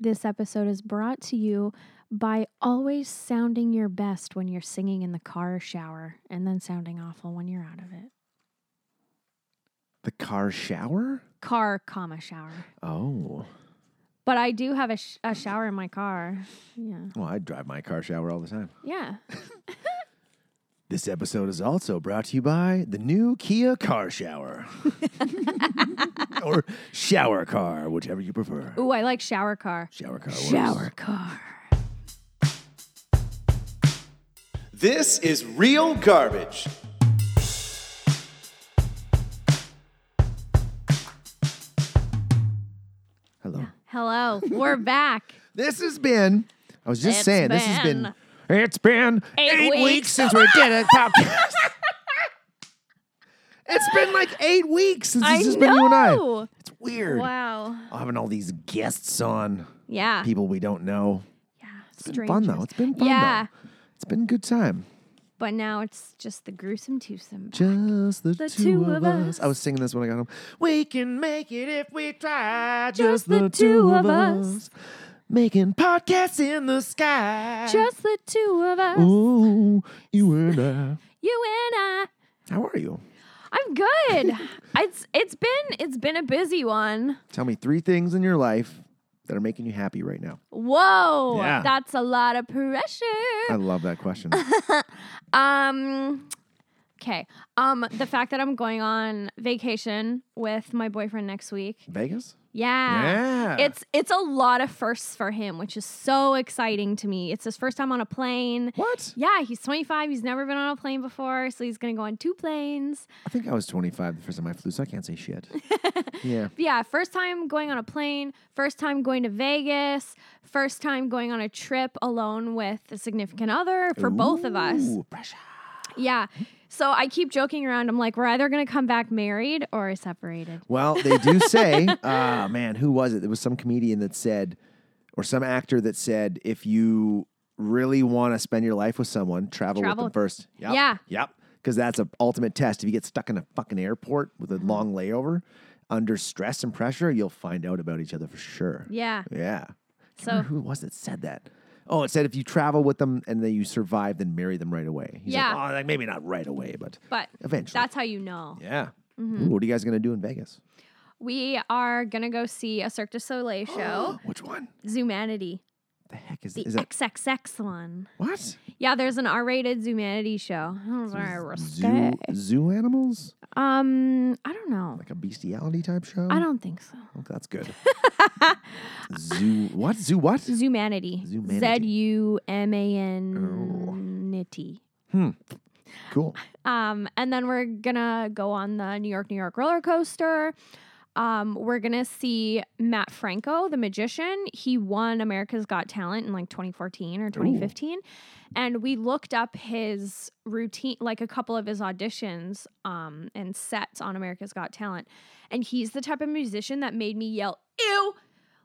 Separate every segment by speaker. Speaker 1: This episode is brought to you by always sounding your best when you're singing in the car or shower and then sounding awful when you're out of it.
Speaker 2: The car shower?
Speaker 1: Car, comma, shower.
Speaker 2: Oh.
Speaker 1: But I do have a, sh- a shower in my car. Yeah.
Speaker 2: Well, I drive my car shower all the time.
Speaker 1: Yeah.
Speaker 2: This episode is also brought to you by the new Kia car shower. or shower car, whichever you prefer.
Speaker 1: Ooh, I like shower car.
Speaker 2: Shower car. works.
Speaker 1: Shower car.
Speaker 2: This is real garbage. Hello.
Speaker 1: Hello. We're back.
Speaker 2: This has been. I was just
Speaker 1: It's
Speaker 2: saying. This has been. It's been
Speaker 1: Eight
Speaker 2: weeks.
Speaker 1: weeks.
Speaker 2: since we did a podcast. it's been like eight weeks since
Speaker 1: I
Speaker 2: it's just
Speaker 1: know.
Speaker 2: been you and I. It's weird.
Speaker 1: Wow.
Speaker 2: Having all these guests on,
Speaker 1: Yeah.
Speaker 2: people we don't know.
Speaker 1: yeah. It's
Speaker 2: It's been fun though. It's been fun
Speaker 1: Yeah.
Speaker 2: though. It's been a good time.
Speaker 1: But now it's just the gruesome twosome.
Speaker 2: Just the,
Speaker 1: The two
Speaker 2: two,
Speaker 1: of
Speaker 2: of us. I
Speaker 1: us.
Speaker 2: was singing this when I got home. We can make it if we try.
Speaker 1: Just the two of us.
Speaker 2: Making podcasts in the sky.
Speaker 1: Just the two of us.
Speaker 2: Oh, you and I.
Speaker 1: You and I.
Speaker 2: How are you?
Speaker 1: I'm good. it's it's been it's been a busy one.
Speaker 2: Tell me three things in your life that are making you happy right now.
Speaker 1: Whoa.
Speaker 2: Yeah. Uh,
Speaker 1: That's a lot of
Speaker 2: I
Speaker 1: pressure.
Speaker 2: love that question.
Speaker 1: Um Okay. Um the fact that I'm going on vacation with my boyfriend next week.
Speaker 2: Vegas?
Speaker 1: Yeah.
Speaker 2: Yeah.
Speaker 1: It's it's a lot of firsts for him, which is so exciting to me. It's his first time on a plane.
Speaker 2: what?
Speaker 1: Yeah, he's 25. He's never been on a plane before, so he's going to go on two planes.
Speaker 2: I think I was 25 the first time I flew, so I can't say shit. yeah.
Speaker 1: yeah, first time going on a plane, first time going to Vegas, first time going on a trip alone with a significant other for both of us.
Speaker 2: Ooh, pressure.
Speaker 1: Yeah. So I keep joking around. I'm like, we're either going to come back married or separated.
Speaker 2: Well, they do say, ah, man, who was it? There was some comedian that said, or some actor that said, if you really want to spend your life with someone, travel,
Speaker 1: Travel-
Speaker 2: with them first. Yep.
Speaker 1: Yeah.
Speaker 2: Yep. Because that's an ultimate test. If you get stuck in a fucking airport with a
Speaker 1: Mm-hmm.
Speaker 2: long layover under stress and pressure, you'll find out about each other for sure.
Speaker 1: Yeah.
Speaker 2: Yeah.
Speaker 1: So
Speaker 2: Who was it said that? Oh, it said if you travel with them and then you survive, then marry them right away. He's
Speaker 1: Yeah.
Speaker 2: Like, oh, like maybe not right away, but
Speaker 1: But
Speaker 2: eventually.
Speaker 1: that's Mm-hmm. how you know.
Speaker 2: yeah. Ooh, what are you guys gonna do in Vegas?
Speaker 1: We are going to go see a Cirque du Soleil show,
Speaker 2: Which one?
Speaker 1: Zumanity,
Speaker 2: The heck is
Speaker 1: the
Speaker 2: is that?
Speaker 1: XXX one.
Speaker 2: What?
Speaker 1: Yeah, there's an R rated Zumanity show. I was like,
Speaker 2: Zoo,
Speaker 1: "Respect."
Speaker 2: zoo animals?
Speaker 1: Um, I don't know.
Speaker 2: Like a bestiality type show?
Speaker 1: I don't think so.
Speaker 2: Oh, that's good. zoo what? Zoo what?
Speaker 1: Zumanity.
Speaker 2: Zumanity.
Speaker 1: Z U M A N I T.
Speaker 2: Cool.
Speaker 1: Um, and then we're gonna go on the New York, New York roller coaster. Um, we're gonna see Matt Franco, the magician. He won America's Got Talent in like 2014 or 2015, and we looked up his routine, like a couple of his auditions um, and sets on America's Got Talent. And he's the type of musician that made me yell "ew,"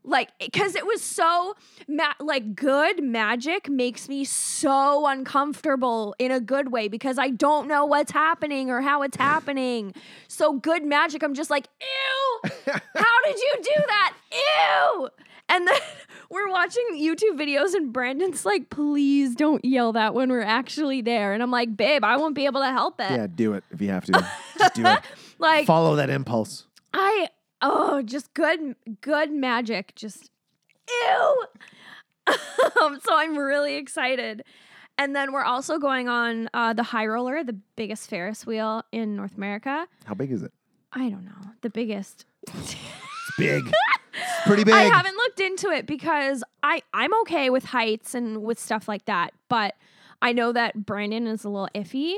Speaker 1: like because it was so ma- like good magic makes me so uncomfortable in a good way because I don't know what's happening or how it's happening. So good magic, I'm just like, ew, how did you do that? Ew. And then we're watching YouTube videos, and Brandon's like, please don't yell that when we're actually there. And I'm like, babe, I won't be able to help it.
Speaker 2: Yeah, do it if you have to. Just do it.
Speaker 1: Like,
Speaker 2: Follow that impulse.
Speaker 1: I oh, just good good magic. Just ew. um, so I'm really excited. And then we're also going on uh, the high roller, the biggest Ferris wheel in North America.
Speaker 2: How big is it?
Speaker 1: I don't know the biggest.
Speaker 2: It's big. it's pretty big.
Speaker 1: I haven't looked into it because I I'm okay with heights and with stuff like that, but I know that Brandon is a little iffy.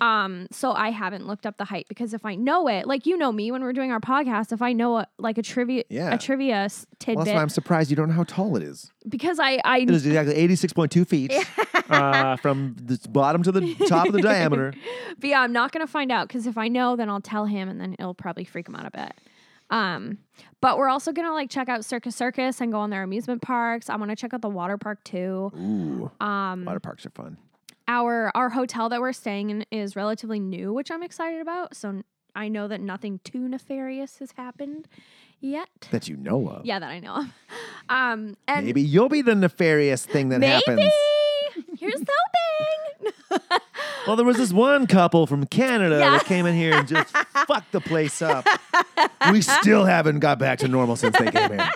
Speaker 1: Um, so I haven't looked up the height because if I know it, like you know me when we're doing our podcast, if I know a, like a trivia,
Speaker 2: Yeah.
Speaker 1: a trivia s-
Speaker 2: well,
Speaker 1: tidbit,
Speaker 2: that's why I'm surprised you don't know how tall it is.
Speaker 1: because I I
Speaker 2: It is exactly 86.2 feet uh, from the bottom to the top of the diameter.
Speaker 1: but yeah, I'm not gonna find out because if I know, then I'll tell him, and then it'll probably freak him out a bit. Um, but we're also gonna like check out Circus Circus and go on their amusement parks. I want to check out the water park too.
Speaker 2: Ooh,
Speaker 1: Um,
Speaker 2: water parks are fun.
Speaker 1: our our hotel that we're staying in is relatively new, which I'm excited about. So I know that nothing too nefarious has happened yet.
Speaker 2: that you know of.
Speaker 1: Yeah, that I know of. Um, and
Speaker 2: Maybe you'll be the nefarious thing that
Speaker 1: maybe
Speaker 2: happens.
Speaker 1: here's hoping.
Speaker 2: Well, there was this one couple from Canada
Speaker 1: Yeah.
Speaker 2: that came in here and just fucked the place up. We still haven't got back to normal since they came here.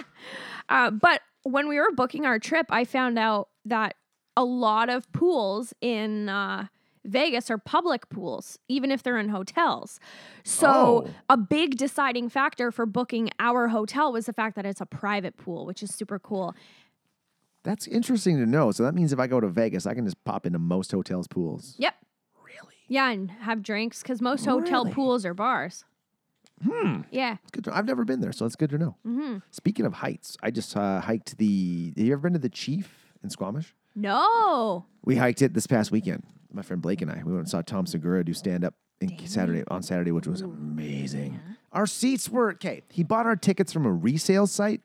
Speaker 1: Uh, but when we were booking our trip, I found out that a lot of pools in uh, Vegas are public pools, even if they're in hotels. So,
Speaker 2: Oh.
Speaker 1: a big deciding factor for booking our hotel was the fact that it's a private pool, which is super cool.
Speaker 2: That's interesting to know. So that means if I go to Vegas, I can just pop into most hotels' pools.
Speaker 1: Yep.
Speaker 2: Really?
Speaker 1: Yeah, and have drinks because most hotel
Speaker 2: Really?
Speaker 1: pools are bars. Hmm. Yeah.
Speaker 2: It's good to, I've never been there, so it's good to know. Speaking of heights, I just uh, hiked the. Have you ever been to the Chief in Squamish?
Speaker 1: No.
Speaker 2: We hiked it this past weekend. My friend Blake and I. We went and saw Tom Segura do stand up in Saturday on Saturday, which was amazing. Our seats were okay. He bought our tickets from a resale site.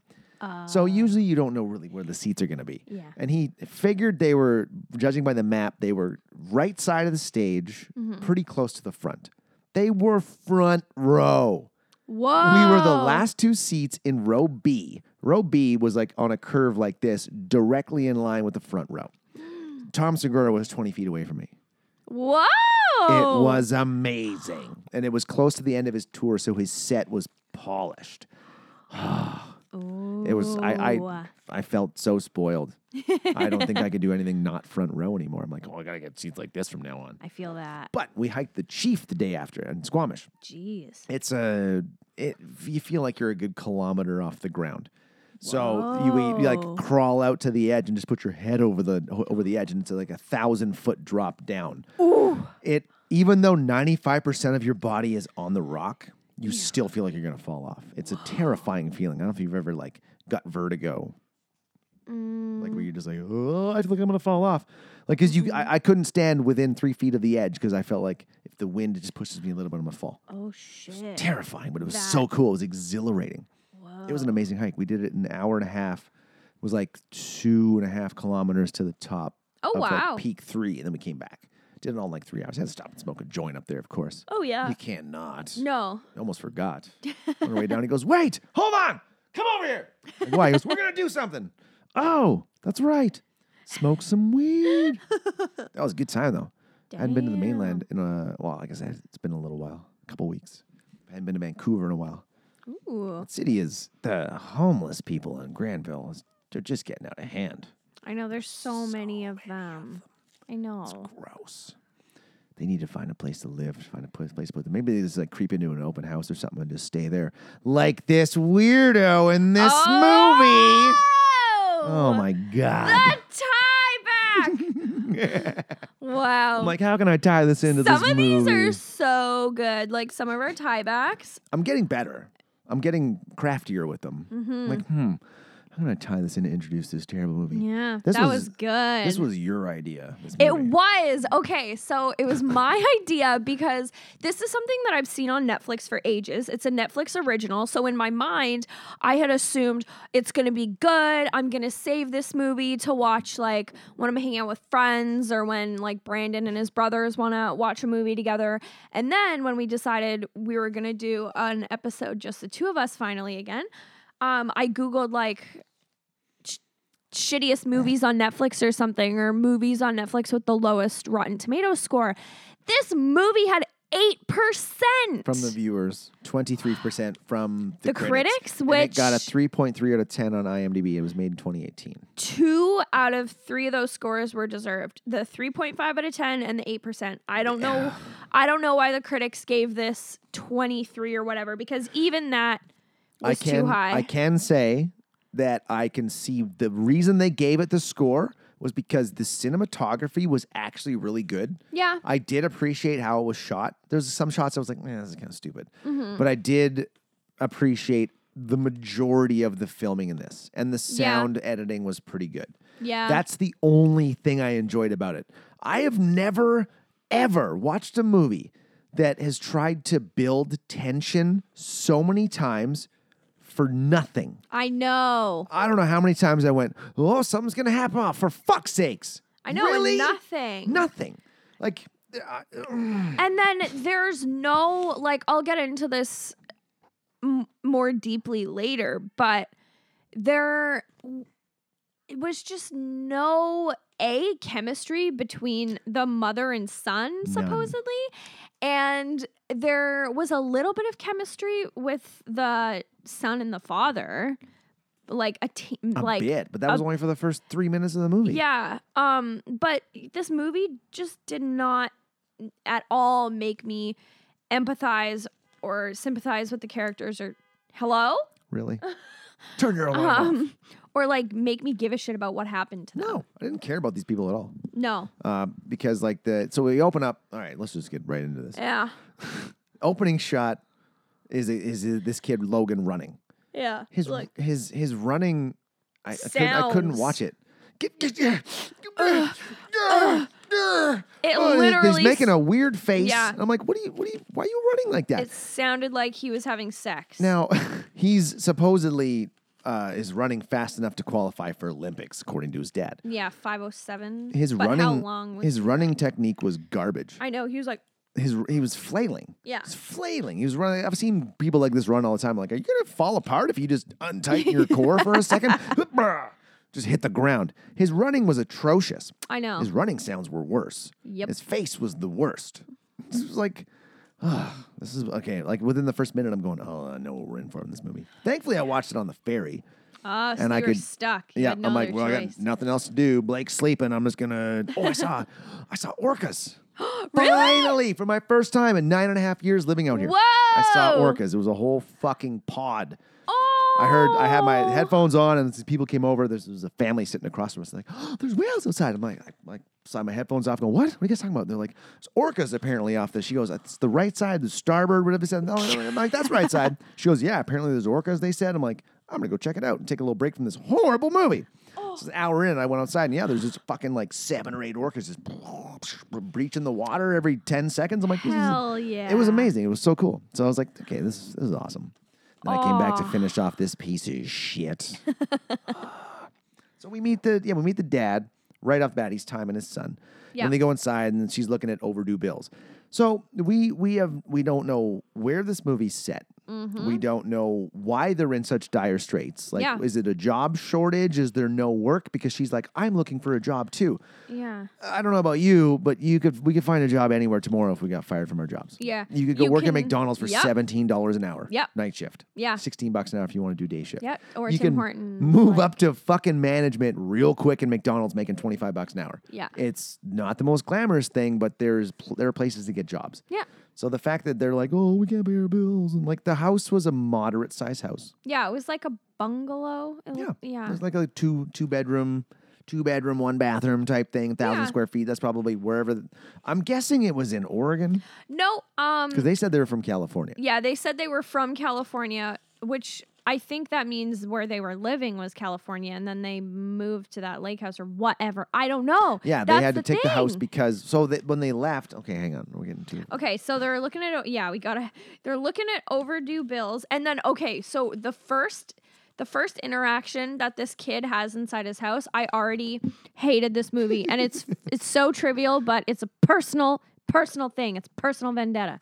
Speaker 2: so usually you don't know really where the seats are going to be.
Speaker 1: Yeah.
Speaker 2: And he figured they were judging by the map, they were right side of the stage, pretty close to the front. They were front row.
Speaker 1: Whoa.
Speaker 2: We were the last two seats in row B. Row B was like on a curve like this, directly in line with the front row. Tom Segura was 20 feet away from me.
Speaker 1: Whoa. Oh.
Speaker 2: It was amazing. And it was close to the end of his tour, so his set was polished. It was I I, I felt so spoiled. I don't think I could do anything not front row anymore. I'm like, oh, I gotta get seats like this from now on.
Speaker 1: I feel that.
Speaker 2: But we hiked the Chief the day after in Squamish.
Speaker 1: Jeez.
Speaker 2: It's a it, you feel like you're a good kilometer off the ground. So you, you like
Speaker 1: Whoa.
Speaker 2: crawl out to the edge and just put your head over the over the edge and it's like a thousand foot drop down. It even though ninety five percent of your body is on the rock, you still feel like you're gonna fall off. It's a terrifying feeling. I don't know if you've ever like got vertigo
Speaker 1: Mm,
Speaker 2: like where you're just like, oh, I feel like I'm gonna fall off. Like, cause you, I, I couldn't stand within three feet of the edge because I felt like if the wind just pushes me a little bit, I'm gonna fall.
Speaker 1: Oh shit.
Speaker 2: Terrifying, but it was so cool. It was exhilarating. It was an amazing hike. We did it in an hour and a half. It was like two and a half kilometers to the top.
Speaker 1: Oh,
Speaker 2: of, like,
Speaker 1: wow.
Speaker 2: peak three, and then we came back. Did it all in like three hours. had to stop and smoke a joint up there, of course.
Speaker 1: Oh yeah.
Speaker 2: you cannot.
Speaker 1: No.
Speaker 2: I almost forgot. on our way down, he goes, Wait, hold on, come over here. Like, Why? He goes, We're going to do something. Oh, that's right. Smoke some weed. that was a good time, though. I hadn't been to the mainland in a, well, like I said, it's been a little while, a couple weeks. I hadn't been to Vancouver in a while.
Speaker 1: Ooh.
Speaker 2: That city is the homeless people in Granville, is- they're just getting out of hand.
Speaker 1: I know there's so, many of them. I know.
Speaker 2: Gross. They need to find a place to live, find a place, place to put them. Maybe they just like creep into an open house or something and just stay there, like this weirdo in this movie. Oh my
Speaker 1: The
Speaker 2: god!
Speaker 1: tie back. wow.
Speaker 2: I'm like, how can I tie this into
Speaker 1: some
Speaker 2: this
Speaker 1: of these
Speaker 2: movie?
Speaker 1: are so good. Like some of our tie backs.
Speaker 2: I'm getting better. I'm getting craftier with them.
Speaker 1: Mm-hmm.
Speaker 2: I'm like, hmm, how can I tie this in to introduce this terrible movie?
Speaker 1: Yeah.
Speaker 2: This
Speaker 1: that
Speaker 2: was-
Speaker 1: was, good.
Speaker 2: This was your idea. This
Speaker 1: It
Speaker 2: movie.
Speaker 1: was. Okay, so it was my idea because this is something that I've seen on Netflix for ages. It's a Netflix original. So in my mind, I had assumed it's going to be good. I'm going to save this movie to watch like when I'm hanging out with friends or when like Brandon and his brothers want to watch a movie together. And then when we decided we were going to do an episode just the two of us finally again, um I googled like shittiest movies on Netflix or something, or movies on Netflix with the lowest Rotten Tomato score. This movie had eight percent
Speaker 2: from the viewers, 23% from the,
Speaker 1: The critics,
Speaker 2: And it got a
Speaker 1: which-
Speaker 2: 3.3 out of 10 on IMDb. It was made in 2018.
Speaker 1: Two out of three of those scores were deserved: the three point five out of ten and the eight percent. I don't know, I don't know why the critics gave this twenty three or whatever because even that
Speaker 2: I
Speaker 1: was
Speaker 2: can
Speaker 1: too high.
Speaker 2: I can say that I can see the reason they gave it the score was because the cinematography was actually really good.
Speaker 1: yeah,
Speaker 2: I did appreciate how it was shot. There's some shots I was like, man, this is kind of stupid.
Speaker 1: Mm-hmm.
Speaker 2: But I did appreciate the majority of the filming in this. And the sound editing was pretty good.
Speaker 1: yeah.
Speaker 2: That's the only thing I enjoyed about it. I have never, ever watched a movie that has tried to build tension so many times for nothing.
Speaker 1: I know.
Speaker 2: I don't know how many times I went, oh, something's going to happen. Oh, for fuck's sakes.
Speaker 1: I know.
Speaker 2: Really?
Speaker 1: Nothing.
Speaker 2: Nothing. Like, uh,
Speaker 1: And then there's no like I'll get into this m- more deeply later, but there w- was just no a chemistry between the mother and son supposedly, and there was a little bit of chemistry with the son and the father, like a te-
Speaker 2: a
Speaker 1: like
Speaker 2: bit, but that was only for the first three minutes of the movie.
Speaker 1: yeah. Um, but this movie just did not at all make me empathize or sympathize with the characters or hello?
Speaker 2: Really? Turn your alarm off.
Speaker 1: Um or like make me give a shit about what happened to them.
Speaker 2: No, I didn't care about these people at all.
Speaker 1: No.
Speaker 2: Uh, because, like, the. So we open up. All right, let's just get right into this.
Speaker 1: Yeah.
Speaker 2: Opening shot is is this kid, Logan, running.
Speaker 1: Yeah.
Speaker 2: His
Speaker 1: like
Speaker 2: his his running. I, I, couldn't, I couldn't
Speaker 1: Sounds.
Speaker 2: watch it. Get, get, yeah. Yeah. Yeah.
Speaker 1: It
Speaker 2: Oh, he's-
Speaker 1: literally
Speaker 2: He's making
Speaker 1: s-
Speaker 2: a weird face.
Speaker 1: Yeah.
Speaker 2: I'm like, what are you? What are you? Why are you running like that?
Speaker 1: it sounded like he was having sex.
Speaker 2: Now, he's supposedly uh, is running fast enough to qualify for Olympics, according to his dad.
Speaker 1: Yeah, 507.
Speaker 2: His
Speaker 1: but
Speaker 2: running,
Speaker 1: how long was
Speaker 2: his running technique was garbage.
Speaker 1: I know he was like
Speaker 2: His he was flailing.
Speaker 1: Yeah.
Speaker 2: he was flailing. He was running. I've seen people like this run all the time. Like, are you gonna fall apart if you just untighten your core for a second? just hit the ground. His running was atrocious.
Speaker 1: I know.
Speaker 2: His running sounds were worse.
Speaker 1: Oh. Yep.
Speaker 2: His face was the worst. This was like, ah, this is okay. Like within the first minute, I'm going, oh, I know what we're in for in this movie. Thankfully, I watched it on the ferry.
Speaker 1: Ah, so
Speaker 2: and
Speaker 1: you
Speaker 2: I
Speaker 1: were
Speaker 2: could-
Speaker 1: stuck. You
Speaker 2: Yeah,
Speaker 1: had no
Speaker 2: I'm like,
Speaker 1: other
Speaker 2: well, I
Speaker 1: choice.
Speaker 2: got nothing else to do. Blake's sleeping. I'm just gonna. Oh, I saw, I saw orcas.
Speaker 1: Really?
Speaker 2: Finally, for my first time in nine and a half years living out here, I saw
Speaker 1: Whoa!
Speaker 2: orcas. It was a whole fucking pod.
Speaker 1: Oh.
Speaker 2: I heard I had my headphones on, and these people came over. This was a family sitting across from us. They're like, oh, "There's whales outside." I'm like, I like slide my headphones off, going, "What? What are you guys talking about?" They're like, "It's orcas apparently off this." She goes, "It's the right side, the starboard, whatever." They said, "No," I'm like, "That's right side." She goes, "Yeah, apparently there's orcas." They said, "I'm like, I'm gonna go check it out and take a little break from this horrible movie." It's an hour in, I went outside, and yeah, there's just fucking like seven or eight orcas just breaching the water every ten seconds. I'm like, this is
Speaker 1: Oh, Hell yeah.
Speaker 2: it was amazing. It was so cool. So I was like, okay, this is, this is awesome. Then I came back to
Speaker 1: Aw.
Speaker 2: finish off this piece of shit. so we meet the yeah, we meet the dad right off bat. He's timing his son.
Speaker 1: Yeah.
Speaker 2: And they go inside, and she's looking at overdue bills. So we we have we don't know where this movie's set. We don't know why they're in such dire straits. Like,
Speaker 1: Mm-hmm. Yeah.
Speaker 2: is it a job shortage? Is there no work? Because she's like, I'm looking for a job too.
Speaker 1: Yeah.
Speaker 2: I don't know about you, but you could we could find a job anywhere tomorrow if we got fired from our jobs.
Speaker 1: Yeah.
Speaker 2: You could go
Speaker 1: You
Speaker 2: work at
Speaker 1: can-
Speaker 2: McDonald's for
Speaker 1: Yep.
Speaker 2: seventeen dollars an hour.
Speaker 1: Yep.
Speaker 2: Night shift.
Speaker 1: Yeah.
Speaker 2: Sixteen bucks an hour if you want to do day shift.
Speaker 1: Yep. Or
Speaker 2: you
Speaker 1: Tim
Speaker 2: can
Speaker 1: Hortons,
Speaker 2: move
Speaker 1: like-
Speaker 2: up to fucking management real quick in McDonald's making twenty five bucks an hour.
Speaker 1: Yeah.
Speaker 2: It's not the most glamorous thing, but there's pl- there are places to get jobs.
Speaker 1: Yeah.
Speaker 2: So the fact that they're like, oh, we can't pay our bills, and like the house was a moderate size house.
Speaker 1: Yeah, it was like a bungalow. It
Speaker 2: Yeah.
Speaker 1: look-
Speaker 2: It
Speaker 1: yeah.
Speaker 2: was like a two two bedroom, two bedroom, one bathroom type thing, thousand
Speaker 1: Yeah.
Speaker 2: square feet. That's probably wherever. th- I'm guessing it was in Oregon
Speaker 1: No,
Speaker 2: because
Speaker 1: um
Speaker 2: they said they were from California.
Speaker 1: yeah, they said they were from California, which I think that means where they were living was California and then they moved to that lake house or whatever. I don't know.
Speaker 2: Yeah, they
Speaker 1: That's
Speaker 2: had to take the house
Speaker 1: thing.
Speaker 2: because so that when they left. Okay, hang on, we're getting too.
Speaker 1: Okay, so they're looking at yeah, we gotta they're looking at overdue bills and then okay, so the first the first interaction that this kid has inside his house, I already hated this movie and it's it's so trivial, but it's a personal personal thing. It's personal vendetta.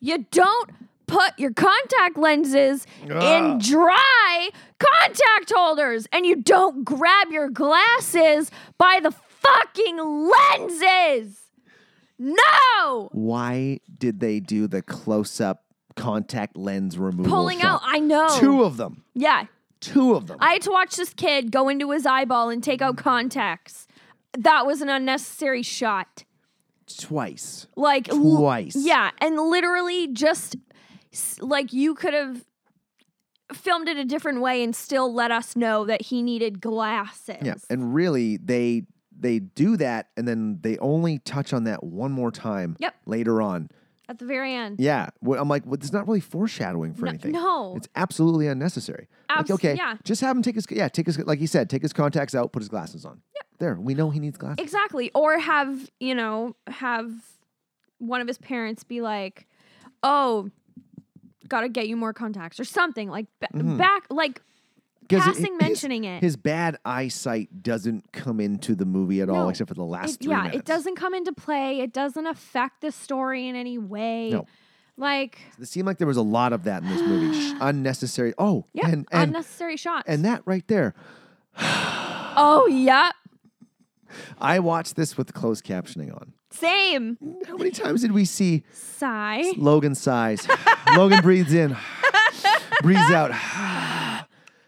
Speaker 1: You don't put your contact lenses in
Speaker 2: Ugh.
Speaker 1: dry contact holders and you don't grab your glasses by the fucking lenses. No!
Speaker 2: Why did they do the close up contact lens removal?
Speaker 1: pulling out.
Speaker 2: shot?
Speaker 1: I know.
Speaker 2: Two of them.
Speaker 1: yeah.
Speaker 2: Two of them.
Speaker 1: I had to watch this kid go into his eyeball and take out contacts. That was an unnecessary shot.
Speaker 2: Twice.
Speaker 1: Like l-
Speaker 2: Twice.
Speaker 1: yeah, and literally just s- like you could have filmed it a different way and still let us know that he needed glasses.
Speaker 2: Yeah, and really they they do that, and then they only touch on that one more time.
Speaker 1: Yep.
Speaker 2: Later on.
Speaker 1: At the very end.
Speaker 2: Yeah, well, I'm like, well, it's not really foreshadowing for anything.
Speaker 1: no.
Speaker 2: it's absolutely unnecessary.
Speaker 1: Abs-
Speaker 2: like, okay,
Speaker 1: yeah.
Speaker 2: just have him take his yeah, take his like he said, take his contacts out, put his glasses on. There, we know he needs glasses.
Speaker 1: Exactly. Or have, you know, have one of his parents be like,
Speaker 2: Mm-hmm.
Speaker 1: oh, gotta get you more contacts or something. Like b- back, like
Speaker 2: because it-
Speaker 1: passing
Speaker 2: his-
Speaker 1: mentioning it.
Speaker 2: His bad eyesight doesn't come into the movie at all,
Speaker 1: No.
Speaker 2: except for the last
Speaker 1: It-
Speaker 2: three
Speaker 1: yeah, it
Speaker 2: minutes.
Speaker 1: doesn't come into play. It doesn't affect the story in any way.
Speaker 2: No.
Speaker 1: Like,
Speaker 2: It seemed like there was a lot of that in this movie. Sh- Unnecessary. Oh,
Speaker 1: yeah,
Speaker 2: and and,
Speaker 1: unnecessary shots.
Speaker 2: and that right there.
Speaker 1: oh, yeah.
Speaker 2: I watched this with closed captioning on.
Speaker 1: Same.
Speaker 2: How many times did we see
Speaker 1: Sigh.
Speaker 2: Logan sighs? Logan breathes in, breathes out.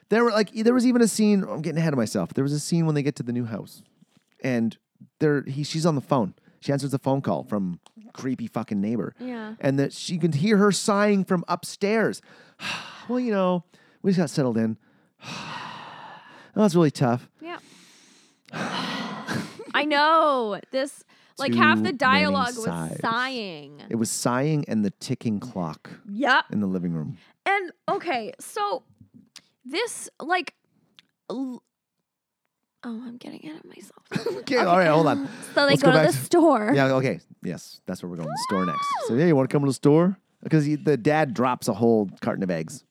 Speaker 2: there were like there was even a scene. I'm getting ahead of myself. There was a scene when they get to the new house, and there he she's on the phone. She answers a phone call from creepy fucking neighbor.
Speaker 1: Yeah.
Speaker 2: and that she can hear her sighing from upstairs. well, you know, we just got settled in. that was really tough.
Speaker 1: Yeah. I know. This, like,
Speaker 2: Too
Speaker 1: half the
Speaker 2: many
Speaker 1: dialogue was
Speaker 2: sighs.
Speaker 1: sighing.
Speaker 2: It was sighing and the ticking clock
Speaker 1: Yep.
Speaker 2: in the living room.
Speaker 1: And okay, so this like, l- oh, I'm getting out of myself.
Speaker 2: Okay, all right, hold on.
Speaker 1: So they
Speaker 2: Let's
Speaker 1: go,
Speaker 2: go
Speaker 1: to
Speaker 2: back
Speaker 1: the
Speaker 2: to-
Speaker 1: store.
Speaker 2: Yeah, okay. Yes, that's where we're going. The store next. So, yeah, you want to come to the store? Because he- the dad drops a whole carton of eggs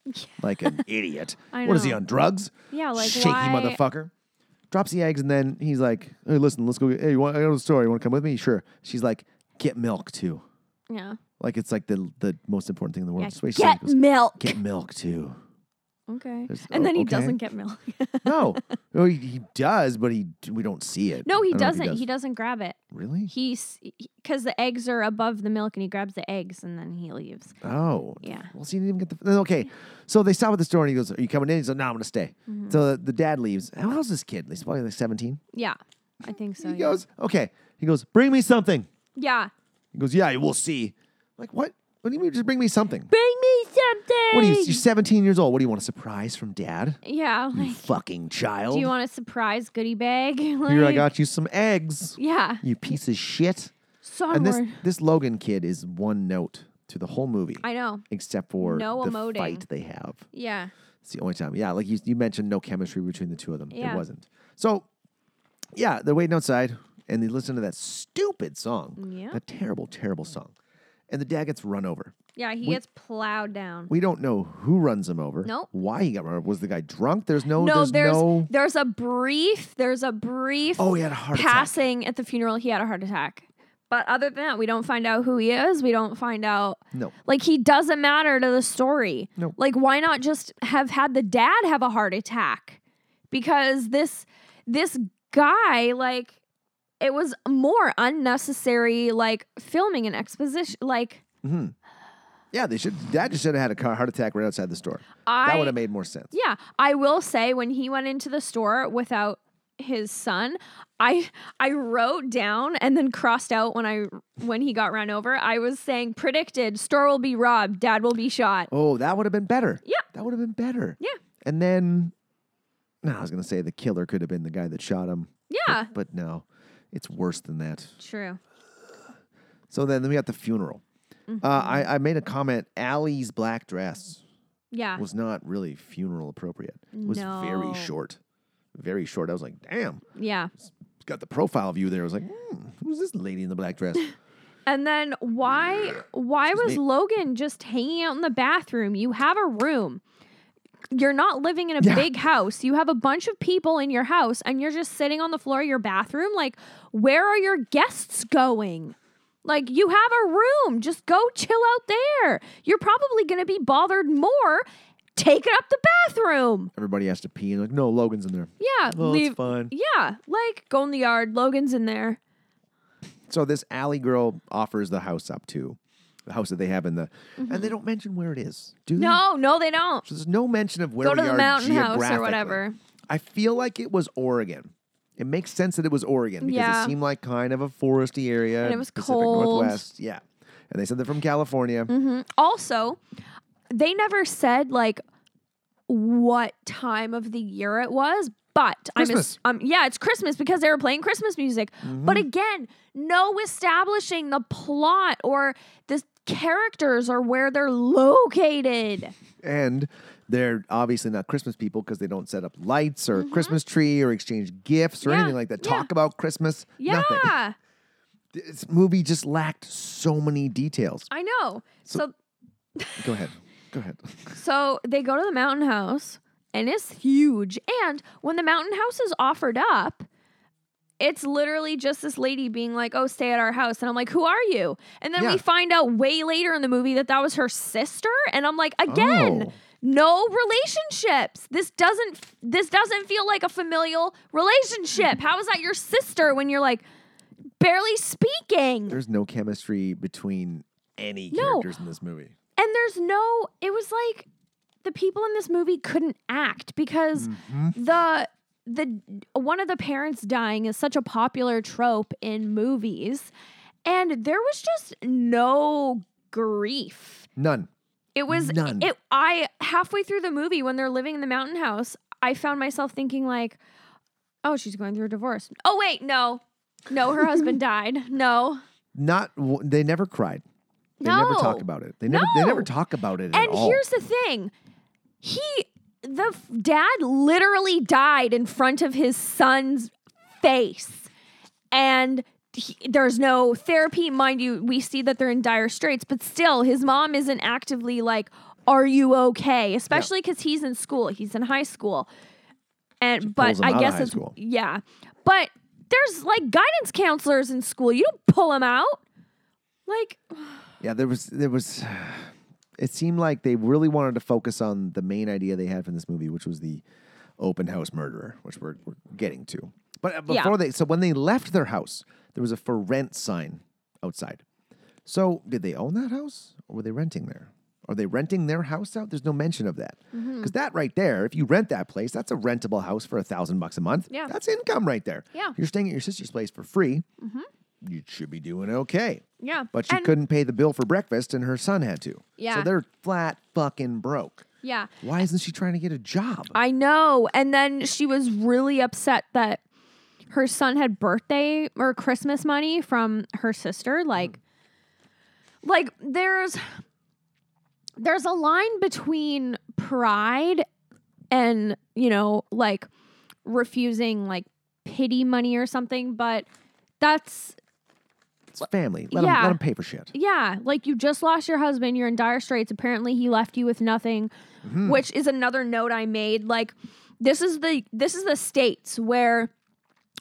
Speaker 2: like an idiot.
Speaker 1: I
Speaker 2: What is he
Speaker 1: know.
Speaker 2: on drugs?
Speaker 1: Yeah, like
Speaker 2: Shaky
Speaker 1: why?
Speaker 2: motherfucker. Drops the eggs and then he's like, "Hey, listen, let's go. Get, hey, you want? I go to the store. You want to come with me? Sure." She's like, "Get milk too."
Speaker 1: Yeah.
Speaker 2: Like it's like the the most important thing in the world.
Speaker 1: Yeah,
Speaker 2: That's what she said.
Speaker 1: get
Speaker 2: She goes,
Speaker 1: milk.
Speaker 2: get milk too.
Speaker 1: okay.
Speaker 2: There's-
Speaker 1: And then
Speaker 2: oh,
Speaker 1: he
Speaker 2: okay.
Speaker 1: doesn't get milk.
Speaker 2: No, no, he, he does, but he we don't see it.
Speaker 1: no, he
Speaker 2: I don't know
Speaker 1: doesn't.
Speaker 2: if
Speaker 1: He doesn't grab it.
Speaker 2: really.
Speaker 1: He's because the eggs are above the milk, and he grabs the eggs, and then he leaves.
Speaker 2: Oh,
Speaker 1: Yeah.
Speaker 2: Well, so you didn't even get the then, okay. So they stop at the store and he goes, "Are you coming in?" He's like, "No, I'm gonna stay."
Speaker 1: Mm-hmm.
Speaker 2: So the, the dad leaves. How old is this kid? He's probably like 17.
Speaker 1: Yeah, I think so.
Speaker 2: He
Speaker 1: yeah.
Speaker 2: goes, "Okay." He goes, "Bring me something."
Speaker 1: yeah.
Speaker 2: He goes, "Yeah, we'll see." I'm like what? What do you mean? Just bring me something?
Speaker 1: Bring me something.
Speaker 2: What are you? You're 17 years old. What do you want? A surprise from dad?
Speaker 1: yeah.
Speaker 2: You
Speaker 1: Like,
Speaker 2: fucking child.
Speaker 1: do you want a surprise goodie bag?
Speaker 2: Here, I
Speaker 1: Like,
Speaker 2: got you some eggs.
Speaker 1: Yeah.
Speaker 2: You piece of shit. And
Speaker 1: Sonward.
Speaker 2: this this Logan kid is one note to the whole movie,
Speaker 1: I know.
Speaker 2: except for
Speaker 1: No
Speaker 2: the
Speaker 1: emoting.
Speaker 2: fight they have.
Speaker 1: Yeah.
Speaker 2: It's the only time. Yeah, like you, you mentioned, no chemistry between the two of them.
Speaker 1: Yeah.
Speaker 2: It wasn't. So, yeah, they're waiting outside and they listen to that stupid song.
Speaker 1: Yeah.
Speaker 2: That terrible, terrible song. And the dad gets run over.
Speaker 1: Yeah, he gets plowed down.
Speaker 2: We don't know who runs him over.
Speaker 1: Nope.
Speaker 2: Why he got run over. Was the guy drunk? There's no,
Speaker 1: no,
Speaker 2: there's,
Speaker 1: there's
Speaker 2: no.
Speaker 1: there's a brief there's a brief
Speaker 2: Oh, he had a heart attack.
Speaker 1: passing at the funeral. He had a heart attack. But other than that, we don't find out who he is. We don't find out
Speaker 2: No.
Speaker 1: like he doesn't matter to the story.
Speaker 2: Nope.
Speaker 1: Like why not just have had the dad have a heart attack? Because this this guy like it was more unnecessary like filming and exposition like
Speaker 2: Mm-hmm. Yeah, they should. Dad just should have had a car heart attack right outside the store. that
Speaker 1: I
Speaker 2: would have made more sense.
Speaker 1: Yeah, I will say when he went into the store without his son, I I wrote down and then crossed out when I when he got run over. I was saying predicted store will be robbed, dad will be shot.
Speaker 2: Oh, that would have been better.
Speaker 1: Yeah.
Speaker 2: That would have been better.
Speaker 1: Yeah.
Speaker 2: And then, no, I was going to say the killer could have been the guy that shot him,
Speaker 1: Yeah,
Speaker 2: but no, it's worse than that.
Speaker 1: true.
Speaker 2: So then, then we got the funeral.
Speaker 1: Mm-hmm.
Speaker 2: Uh, I, I made a comment Allie's black dress
Speaker 1: Yeah.
Speaker 2: was not really funeral appropriate, it was
Speaker 1: No.
Speaker 2: very short. Very short. I was like, damn,
Speaker 1: Yeah.
Speaker 2: it's got the profile view there. I was like, hmm, who's this lady in the black dress?
Speaker 1: And then why why was
Speaker 2: me.
Speaker 1: Logan just hanging out in the bathroom? You have a room. You're not living in a
Speaker 2: Yeah.
Speaker 1: big house. You have a bunch of people in your house and you're just sitting on the floor of your bathroom like where are your guests going? Like you have a room. Just go chill out there. You're probably going to be bothered more taking up the bathroom.
Speaker 2: Everybody has to pee. And like, no, Logan's in there.
Speaker 1: Yeah,
Speaker 2: Oh,
Speaker 1: leave
Speaker 2: it's fine.
Speaker 1: Yeah, like go in the yard. Logan's in there.
Speaker 2: So this alley girl offers the house up to the house that they have in the, and they don't mention where it is, do they?
Speaker 1: Mm-hmm. No, no they don't.
Speaker 2: So there's no mention of where
Speaker 1: Go to
Speaker 2: we
Speaker 1: the
Speaker 2: are
Speaker 1: mountain house
Speaker 2: geographically.
Speaker 1: or whatever.
Speaker 2: I feel like it was Oregon. It makes sense that it was Oregon because
Speaker 1: Yeah.
Speaker 2: it seemed like kind of a foresty area.
Speaker 1: And it was
Speaker 2: Pacific
Speaker 1: cold. Mm-hmm.
Speaker 2: Northwest. Yeah. And they said they're from California.
Speaker 1: Also, they never said like what time of the year it was, but
Speaker 2: Christmas. Mm-hmm.
Speaker 1: I'm ass- um yeah, it's Christmas because they were playing Christmas music. But again, no establishing the plot or the characters or where they're located.
Speaker 2: And they're obviously not Christmas people because they don't set up lights or a Christmas tree or exchange gifts or
Speaker 1: Mm-hmm. Yeah.
Speaker 2: anything like that.
Speaker 1: Yeah.
Speaker 2: Talk about Christmas.
Speaker 1: Yeah.
Speaker 2: Nothing. This movie just lacked so many details.
Speaker 1: I know. so
Speaker 2: Go ahead. Go ahead.
Speaker 1: So they go to the mountain house and it's huge. And when the mountain house is offered up, it's literally just this lady being like, "Oh, stay at our house," and I'm like, "Who are you?" And then
Speaker 2: Yeah.
Speaker 1: we find out way later in the movie that that was her sister, and I'm like, again.
Speaker 2: Oh.
Speaker 1: No relationships. This doesn't this doesn't feel like a familial relationship. How is that your sister when you're like barely speaking?
Speaker 2: There's no chemistry between any
Speaker 1: No.
Speaker 2: characters in this movie.
Speaker 1: And there's no, it was like the people in this movie couldn't act because
Speaker 2: Mm-hmm.
Speaker 1: the the one of the parents dying is such a popular trope in movies and there was just no grief.
Speaker 2: None.
Speaker 1: It was
Speaker 2: None.
Speaker 1: it I halfway through the movie when they're living in the mountain house, I found myself thinking like, "Oh, she's going through a divorce." Oh wait, no. No, her husband died. No.
Speaker 2: Not. w- They never cried. They never
Speaker 1: No.
Speaker 2: talk about it. They never. They never
Speaker 1: No.
Speaker 2: talk about it at
Speaker 1: And
Speaker 2: all.
Speaker 1: here's the thing. He the f- dad literally died in front of his son's face. And he, there's no therapy, mind you, we see that they're in dire straits, but still his mom isn't actively like are you okay? Especially cuz he's in school, he's in high school. And
Speaker 2: pulls
Speaker 1: but
Speaker 2: him out
Speaker 1: I
Speaker 2: of
Speaker 1: guess
Speaker 2: high
Speaker 1: it's
Speaker 2: school.
Speaker 1: yeah. But there's like guidance counselors in school. You don't pull them out. Like
Speaker 2: Yeah, there was there was it seemed like they really wanted to focus on the main idea they had from this movie, which was the open house murderer, which we're, we're getting to. But uh,
Speaker 1: Yeah.
Speaker 2: before they so when they left their house, there was a for rent sign outside. So did they own that house or were they renting there? Are they renting their house out? There's no mention of that. Because
Speaker 1: Mm-hmm.
Speaker 2: that right there, if you rent that place, that's a rentable house for a thousand bucks a month.
Speaker 1: Yeah.
Speaker 2: That's income right there.
Speaker 1: Yeah. Mm-hmm.
Speaker 2: You're staying at your sister's place for free. You should be doing okay.
Speaker 1: yeah.
Speaker 2: But she
Speaker 1: And-
Speaker 2: couldn't pay the bill for breakfast, and her son had to. So
Speaker 1: Yeah.
Speaker 2: they're flat fucking broke.
Speaker 1: Yeah.
Speaker 2: Why isn't she trying to get a job?
Speaker 1: I know. And then she was really upset that her son had birthday or Christmas money from her sister. Like, like there's there's a line between pride and you know like refusing like pity money or something, but that's
Speaker 2: It's family. Let, them,
Speaker 1: yeah.
Speaker 2: pay for shit.
Speaker 1: yeah, like you just lost your husband, you're in dire straits. Apparently he left you with nothing, which is another note I made. Like this is the this is the states where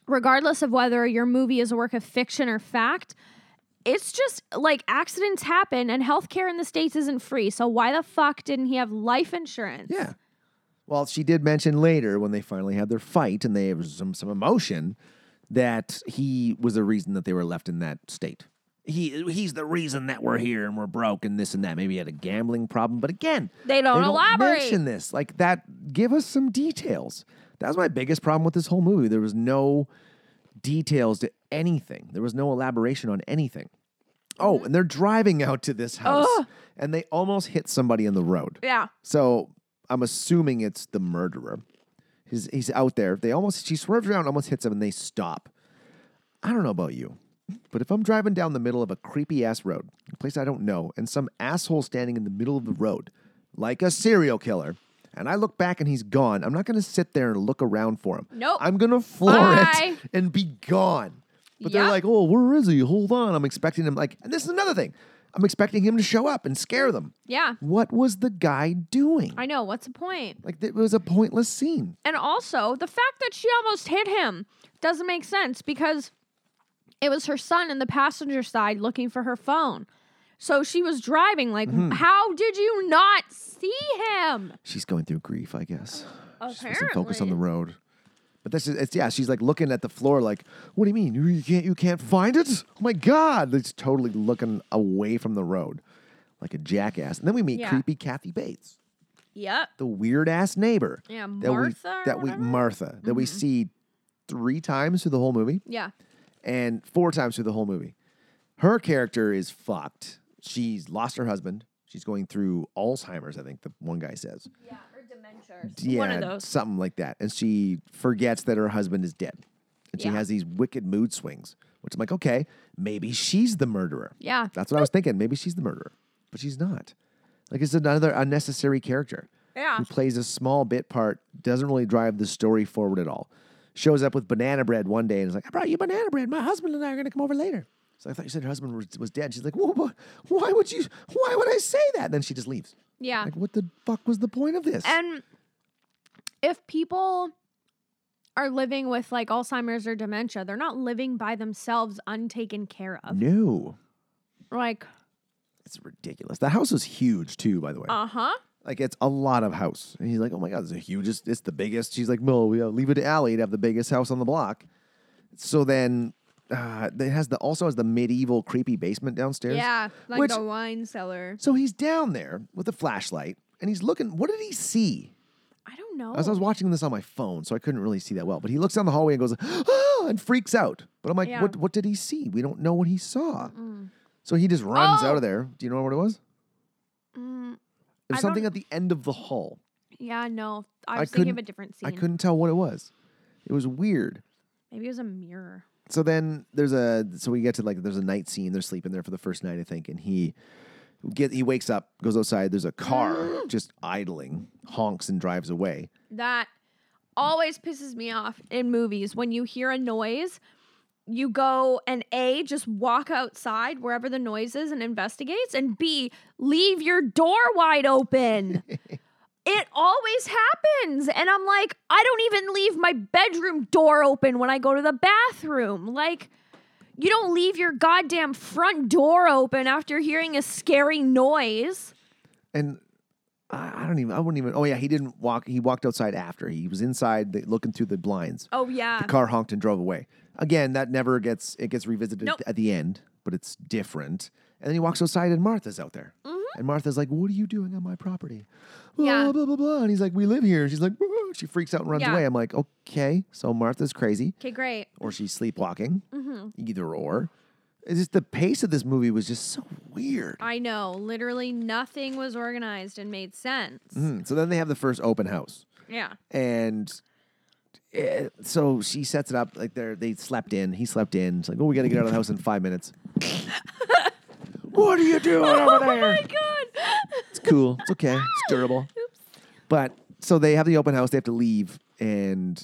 Speaker 1: regardless of whether your movie is a work of fiction or fact, it's just like accidents happen and healthcare in the states isn't free. So why the fuck didn't he have life insurance?
Speaker 2: Yeah. Well, she did mention later when they finally had their fight and they was some, some emotion that he was the reason that they were left in that state. He he's the reason that we're here and we're broke and this and that. Maybe he had a gambling problem, but again,
Speaker 1: They don't
Speaker 2: they don't
Speaker 1: elaborate.
Speaker 2: mention this like that. Give us some details. That was my biggest problem with this whole movie. There was no details to anything. There was no elaboration on anything. Oh, and they're driving out to this house,
Speaker 1: Mm-hmm. Ugh.
Speaker 2: and they almost hit somebody in the road.
Speaker 1: Yeah.
Speaker 2: So I'm assuming it's the murderer. He's he's out there. They almost she swerves around, almost hits him, and they stop. I don't know about you, but if I'm driving down the middle of a creepy ass road, a place I don't know, and some asshole standing in the middle of the road, like a serial killer, and I look back and he's gone, I'm not gonna sit there and look around for him.
Speaker 1: Nope.
Speaker 2: I'm gonna floor
Speaker 1: Bye.
Speaker 2: it and be gone. But they're
Speaker 1: Yep.
Speaker 2: like, oh, where is he? Hold on. I'm expecting him like, and this is another thing. I'm expecting him to show up and scare them.
Speaker 1: Yeah.
Speaker 2: What was the guy doing?
Speaker 1: I know. What's the point?
Speaker 2: Like it was a pointless scene.
Speaker 1: And also, the fact that she almost hit him doesn't make sense because it was her son in the passenger side looking for her phone. So she was driving. Like, how did you not see him?
Speaker 2: She's going through grief, I guess. She wasn't focused
Speaker 1: Apparently.
Speaker 2: on the road. But that's just, it's yeah, she's like looking at the floor like, "What do you mean? You- You can't you can't find it? Oh my god." It's totally looking away from the road like a jackass. And then we meet
Speaker 1: Yeah.
Speaker 2: creepy Kathy Bates,
Speaker 1: Yep.
Speaker 2: the weird ass neighbor.
Speaker 1: Yeah,
Speaker 2: that we-
Speaker 1: Martha or
Speaker 2: that we
Speaker 1: whatever? Mm-hmm.
Speaker 2: Martha that we see 3 times through the whole movie.
Speaker 1: Yeah.
Speaker 2: and four times through the whole movie. Her character is fucked. She's lost her husband. She's going through Alzheimer's, I think the one guy says.
Speaker 1: Yeah. Or dementia.
Speaker 2: Yeah,
Speaker 1: One of those.
Speaker 2: something like that. And she forgets that her husband is dead. And she
Speaker 1: Yeah.
Speaker 2: has these wicked mood swings, which I'm like, okay, maybe she's the murderer.
Speaker 1: Yeah.
Speaker 2: That's what I was thinking. Maybe she's the murderer, but she's not. Like, it's another unnecessary character
Speaker 1: Yeah.
Speaker 2: who plays a small bit part, doesn't really drive the story forward at all. Shows up with banana bread one day and is like, I brought you banana bread. My husband and I are going to come over later. So I thought you said her husband was, was dead. She's like, Whoa, wha- why would you, why would I say that? And then she just leaves.
Speaker 1: Yeah.
Speaker 2: Like, what the fuck was the point of this?
Speaker 1: And if people are living with like Alzheimer's or dementia, they're not living by themselves untaken care of.
Speaker 2: No,
Speaker 1: Like,
Speaker 2: it's ridiculous. The house is huge too, by the way.
Speaker 1: uh huh.
Speaker 2: Like it's a lot of house. And he's like, oh my god, it's the hugest. It's the biggest. She's like, no, we gotta leave it to Allie to have the biggest house on the block. So then, uh, it has the also has the medieval creepy basement downstairs.
Speaker 1: Yeah. Like
Speaker 2: which-
Speaker 1: a wine cellar.
Speaker 2: So he's down there with a flashlight and he's looking. What did he see?
Speaker 1: I don't know.
Speaker 2: As I was watching this on my phone, so I couldn't really see that well. But he looks down the hallway and goes, ah, and freaks out. But I'm like,
Speaker 1: Yeah. Mm.
Speaker 2: what? What did he see? We don't know what he saw. So he just runs out
Speaker 1: Oh!
Speaker 2: of there. Do you know what it was?
Speaker 1: Mm, I
Speaker 2: It was
Speaker 1: don't-
Speaker 2: something at the end of the hall.
Speaker 1: yeah, no. I
Speaker 2: I
Speaker 1: was thinking of
Speaker 2: couldn't-
Speaker 1: a different scene.
Speaker 2: I couldn't tell what it was. It was weird.
Speaker 1: Maybe it was a mirror.
Speaker 2: So then there's a so we get to like there's a night scene. They're sleeping there for the first night, I think, and he get he wakes up, goes outside. There's a car just idling, honks and drives away.
Speaker 1: That always pisses me off in movies when you hear a noise. You go and A, just walk outside wherever the noise is and investigates, and B, leave your door wide open. it always happens. And I'm like, I don't even leave my bedroom door open when I go to the bathroom. Like, you don't leave your goddamn front door open after hearing a scary noise.
Speaker 2: And I, I don't even I wouldn't even oh yeah, he didn't walk he walked outside after. He was inside the, looking through the blinds.
Speaker 1: Oh, yeah.
Speaker 2: The car honked and drove away. Again, that never gets it gets revisited
Speaker 1: Nope.
Speaker 2: at the end, but it's different. And then he walks outside, and Martha's out there, and Martha's like, "What are you doing on my property?" Blah,
Speaker 1: Mm-hmm. Yeah.
Speaker 2: blah blah blah. And he's like, "We live here." She's like, "Woo," she freaks out and runs
Speaker 1: Yeah.
Speaker 2: away. I'm like, "Okay, so Martha's crazy,
Speaker 1: Okay, great.
Speaker 2: or she's sleepwalking,
Speaker 1: Mm-hmm.
Speaker 2: either or." It's just the pace of this movie was just so weird.
Speaker 1: I know. Literally nothing was organized and made sense.
Speaker 2: Mm, So then they have the first open house,
Speaker 1: Yeah.
Speaker 2: and eh, so she sets it up like they they slept in. He slept in. It's like, oh, we got to get out of the house in five minutes. what are you doing
Speaker 1: Oh
Speaker 2: over there?
Speaker 1: God.
Speaker 2: It's cool. It's okay. It's durable. But so they have the open house. They have to leave, and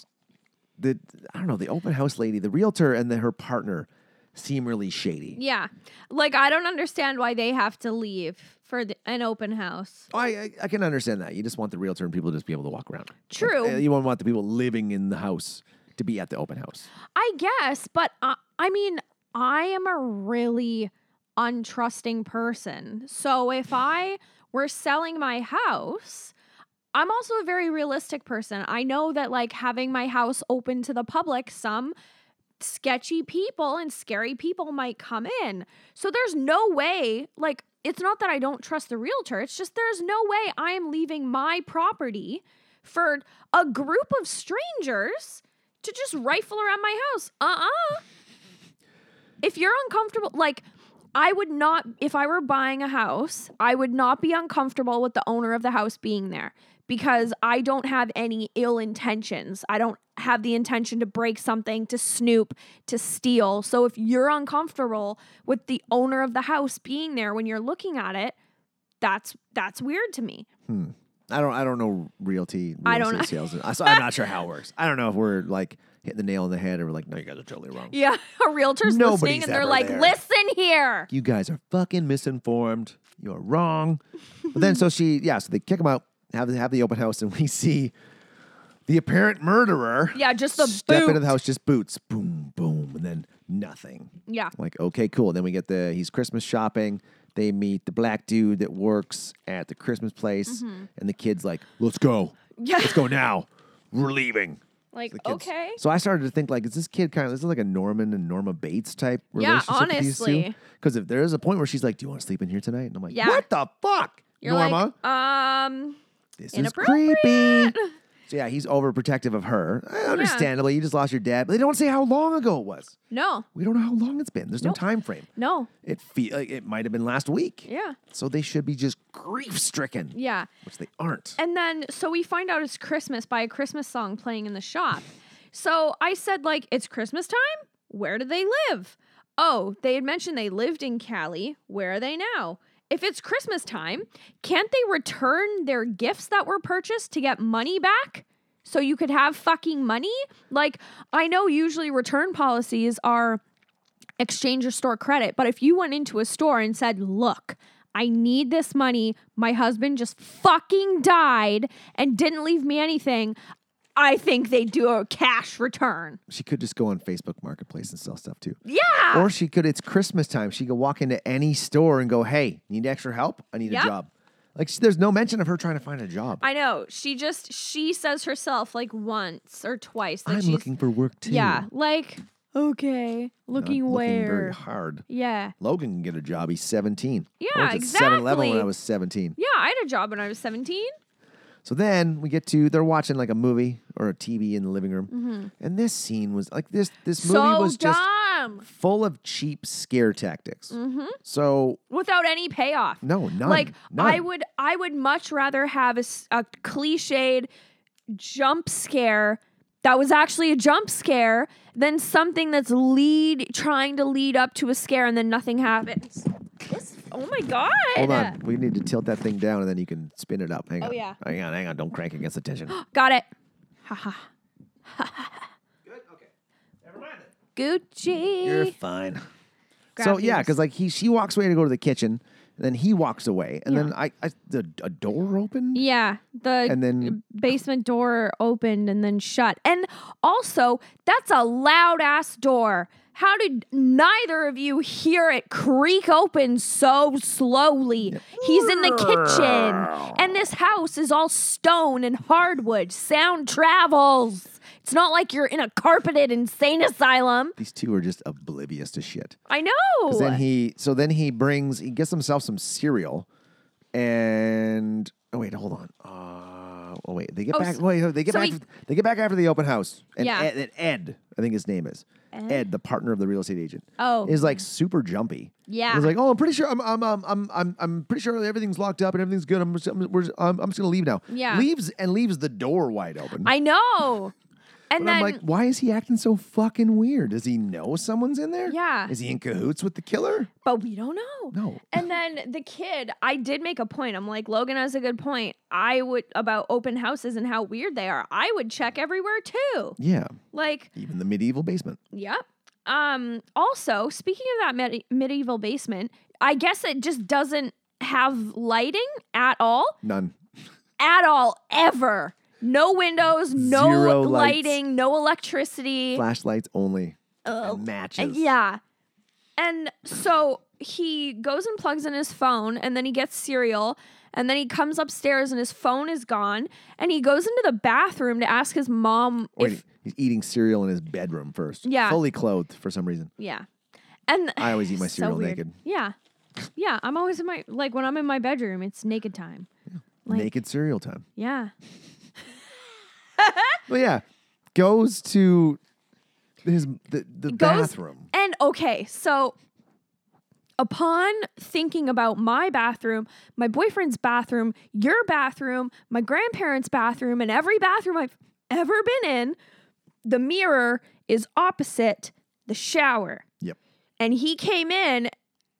Speaker 2: the I don't know the open house lady, the realtor, and then her partner seem really shady.
Speaker 1: Yeah. Like I don't understand why they have to leave for the, an open house.
Speaker 2: I, I I can understand that. You just want the realtor and people to just be able to walk around. Like,
Speaker 1: True.
Speaker 2: eh, you won't want the people living in the house to be at the open house.
Speaker 1: I guess, but uh, I mean, I am a really untrusting person. So if I were selling my house, I'm also a very realistic person. I know that like having my house open to the public, some sketchy people and scary people might come in. So there's no way, like, it's not that I don't trust the realtor, it's just there's no way I am leaving my property for a group of strangers to just rifle around my house. Uh uh If you're uncomfortable, like, I would not, if I were buying a house, I would not be uncomfortable with the owner of the house being there because I don't have any ill intentions. I don't have the intention to break something, to snoop, to steal. So if you're uncomfortable with the owner of the house being there when you're looking at it, that's that's weird to me.
Speaker 2: I don't. I don't know realty. Real
Speaker 1: I don't
Speaker 2: estate sales. I- so I'm not sure how it works. I don't know if we're like hitting the nail on the head or we're like, no, you guys are totally wrong.
Speaker 1: Yeah, a realtor's listening
Speaker 2: Nobody's
Speaker 1: and they're
Speaker 2: ever
Speaker 1: like,
Speaker 2: there.
Speaker 1: "Listen here."
Speaker 2: You guys are fucking misinformed. You're wrong. But then, so she, yeah, so they kick him out, have have the open house, and we see the apparent murderer.
Speaker 1: Yeah, just the
Speaker 2: step into
Speaker 1: boot.
Speaker 2: the house, just boots, boom, boom, and then nothing.
Speaker 1: Yeah.
Speaker 2: I'm like, okay, cool. Then we get the he's Christmas shopping. They meet the black dude that works at the Christmas place, and the kid's like, "Let's go,
Speaker 1: Mm-hmm. Yeah.
Speaker 2: let's go now. We're leaving."
Speaker 1: Like,
Speaker 2: the kids.
Speaker 1: okay.
Speaker 2: So I started to think like, is this kid kind of this is like a Norman and Norma Bates type
Speaker 1: Yeah,
Speaker 2: relationship with these two?
Speaker 1: honestly.
Speaker 2: Because if there is a point where she's like, "Do you want to sleep in here tonight?" and I'm like,
Speaker 1: Yeah.
Speaker 2: "What the fuck,
Speaker 1: You're
Speaker 2: Norma?
Speaker 1: like, um,
Speaker 2: this is
Speaker 1: inappropriate."
Speaker 2: creepy." So yeah, he's overprotective of her. Eh, Understandably, you just lost your dad, but they don't say how long ago it was.
Speaker 1: no,
Speaker 2: We don't know how long it's been. There's
Speaker 1: Nope.
Speaker 2: no time frame.
Speaker 1: no,
Speaker 2: It feel like it might have been last week.
Speaker 1: yeah,
Speaker 2: So they should be just grief stricken,
Speaker 1: yeah.
Speaker 2: which they aren't.
Speaker 1: And then, so we find out it's Christmas by a Christmas song playing in the shop. So I said, like, it's Christmas time? Where do they live? Oh, they had mentioned they lived in Cali. Where are they now? If it's Christmas time, can't they return their gifts that were purchased to get money back? So you could have fucking money? Like, I know usually return policies are exchange or store credit. But if you went into a store and said, look, I need this money, my husband just fucking died and didn't leave me anything, I think they do a cash return.
Speaker 2: She could just go on Facebook Marketplace and sell stuff too.
Speaker 1: Yeah.
Speaker 2: Or she could, it's Christmas time. She could walk into any store and go, hey, need extra help? I need
Speaker 1: Yep.
Speaker 2: a job. Like, she, there's no mention of her trying to find a job.
Speaker 1: I know. She just she says herself like once or twice that
Speaker 2: I'm
Speaker 1: she's
Speaker 2: looking for work too.
Speaker 1: Yeah, like okay,
Speaker 2: Not
Speaker 1: looking
Speaker 2: looking very
Speaker 1: where?
Speaker 2: hard.
Speaker 1: yeah.
Speaker 2: Logan can get a job. He's 17.
Speaker 1: Yeah,
Speaker 2: I worked at 7-Eleven when
Speaker 1: exactly.
Speaker 2: I was 17.
Speaker 1: Yeah, I had a job when I was 17.
Speaker 2: So then we get to they're watching like a movie or a TV in the living room, and this scene was like this. This movie
Speaker 1: Mm-hmm. so
Speaker 2: was just
Speaker 1: dumb.
Speaker 2: full of cheap scare tactics. So
Speaker 1: Without any payoff.
Speaker 2: no, none.
Speaker 1: Mm-hmm. like
Speaker 2: none.
Speaker 1: I would I would much rather have a, s- a cliched jump scare that was actually a jump scare than something that's lead trying to lead up to a scare and then nothing happens. This oh my god.
Speaker 2: Hold on, we need to tilt that thing down, and then you can spin it up. Hang on.
Speaker 1: Oh, yeah.
Speaker 2: Hang on, hang on. Don't crank against the tension.
Speaker 1: Got it. Haha.
Speaker 2: Good. Okay. Never mind.
Speaker 1: Gucci.
Speaker 2: You're fine. so
Speaker 1: Grab
Speaker 2: yeah,
Speaker 1: these.
Speaker 2: because like he, she walks away to go to the kitchen, and then he walks away, and then I, I the a door opened,
Speaker 1: Yeah, the
Speaker 2: and then
Speaker 1: basement door opened and then shut. And also, that's a loud ass door. How did neither of you hear it creak open so slowly? He's in the kitchen, and this house is all stone and hardwood. Sound travels. It's not like you're in a carpeted insane asylum.
Speaker 2: these two are just oblivious to shit.
Speaker 1: I know.
Speaker 2: 'Cause Then he so then he brings he gets himself some cereal, and oh wait, hold on. Uh, oh wait, they get
Speaker 1: Oh,
Speaker 2: back.
Speaker 1: so-
Speaker 2: wait, they get
Speaker 1: so
Speaker 2: back.
Speaker 1: he-
Speaker 2: they get back after the open house, and,
Speaker 1: Yeah.
Speaker 2: Ed, and Ed, I think his name is Ed, the partner of the real estate agent.
Speaker 1: Oh.
Speaker 2: is like super jumpy.
Speaker 1: Yeah.
Speaker 2: he's like, oh, I'm pretty sure I'm I'm um, I'm I'm I'm pretty sure everything's locked up and everything's good. I'm just, I'm, we're, I'm, I'm just gonna leave now.
Speaker 1: Yeah.
Speaker 2: leaves and leaves the door wide open.
Speaker 1: I know. And
Speaker 2: and
Speaker 1: then
Speaker 2: I'm like, why is he acting so fucking weird? Does he know someone's in there?
Speaker 1: Yeah.
Speaker 2: Is he in cahoots with the killer?
Speaker 1: But we don't know.
Speaker 2: No.
Speaker 1: And then the kid, I did make a point. I'm like, Logan has a good point. I would about open houses and how weird they are. I would check everywhere too.
Speaker 2: Yeah.
Speaker 1: Like,
Speaker 2: Even the medieval basement.
Speaker 1: yep. Um, also, speaking of that medi- medieval basement, I guess it just doesn't have lighting at all,
Speaker 2: None.
Speaker 1: at all, ever. No windows, no
Speaker 2: Zero lights.
Speaker 1: lighting, no electricity.
Speaker 2: Flashlights only.
Speaker 1: Ugh.
Speaker 2: And
Speaker 1: Uh,
Speaker 2: matches.
Speaker 1: Yeah. And so he goes and plugs in his phone and then he gets cereal and then he comes upstairs and his phone is gone and he goes into the bathroom to ask his mom
Speaker 2: Wait,
Speaker 1: if
Speaker 2: he's eating cereal in his bedroom first.
Speaker 1: Yeah.
Speaker 2: Fully clothed for some reason.
Speaker 1: yeah. And
Speaker 2: I always eat my
Speaker 1: so
Speaker 2: cereal
Speaker 1: weird.
Speaker 2: naked.
Speaker 1: Yeah. Yeah, I'm always in my like when I'm in my bedroom, it's naked time. Like-
Speaker 2: Naked cereal time.
Speaker 1: Yeah.
Speaker 2: Well, yeah. Goes to his the, the
Speaker 1: goes-
Speaker 2: bathroom.
Speaker 1: And okay, so upon thinking about my bathroom, my boyfriend's bathroom, your bathroom, my grandparents' bathroom, and every bathroom I've ever been in, the mirror is opposite the shower.
Speaker 2: Yep.
Speaker 1: And he came in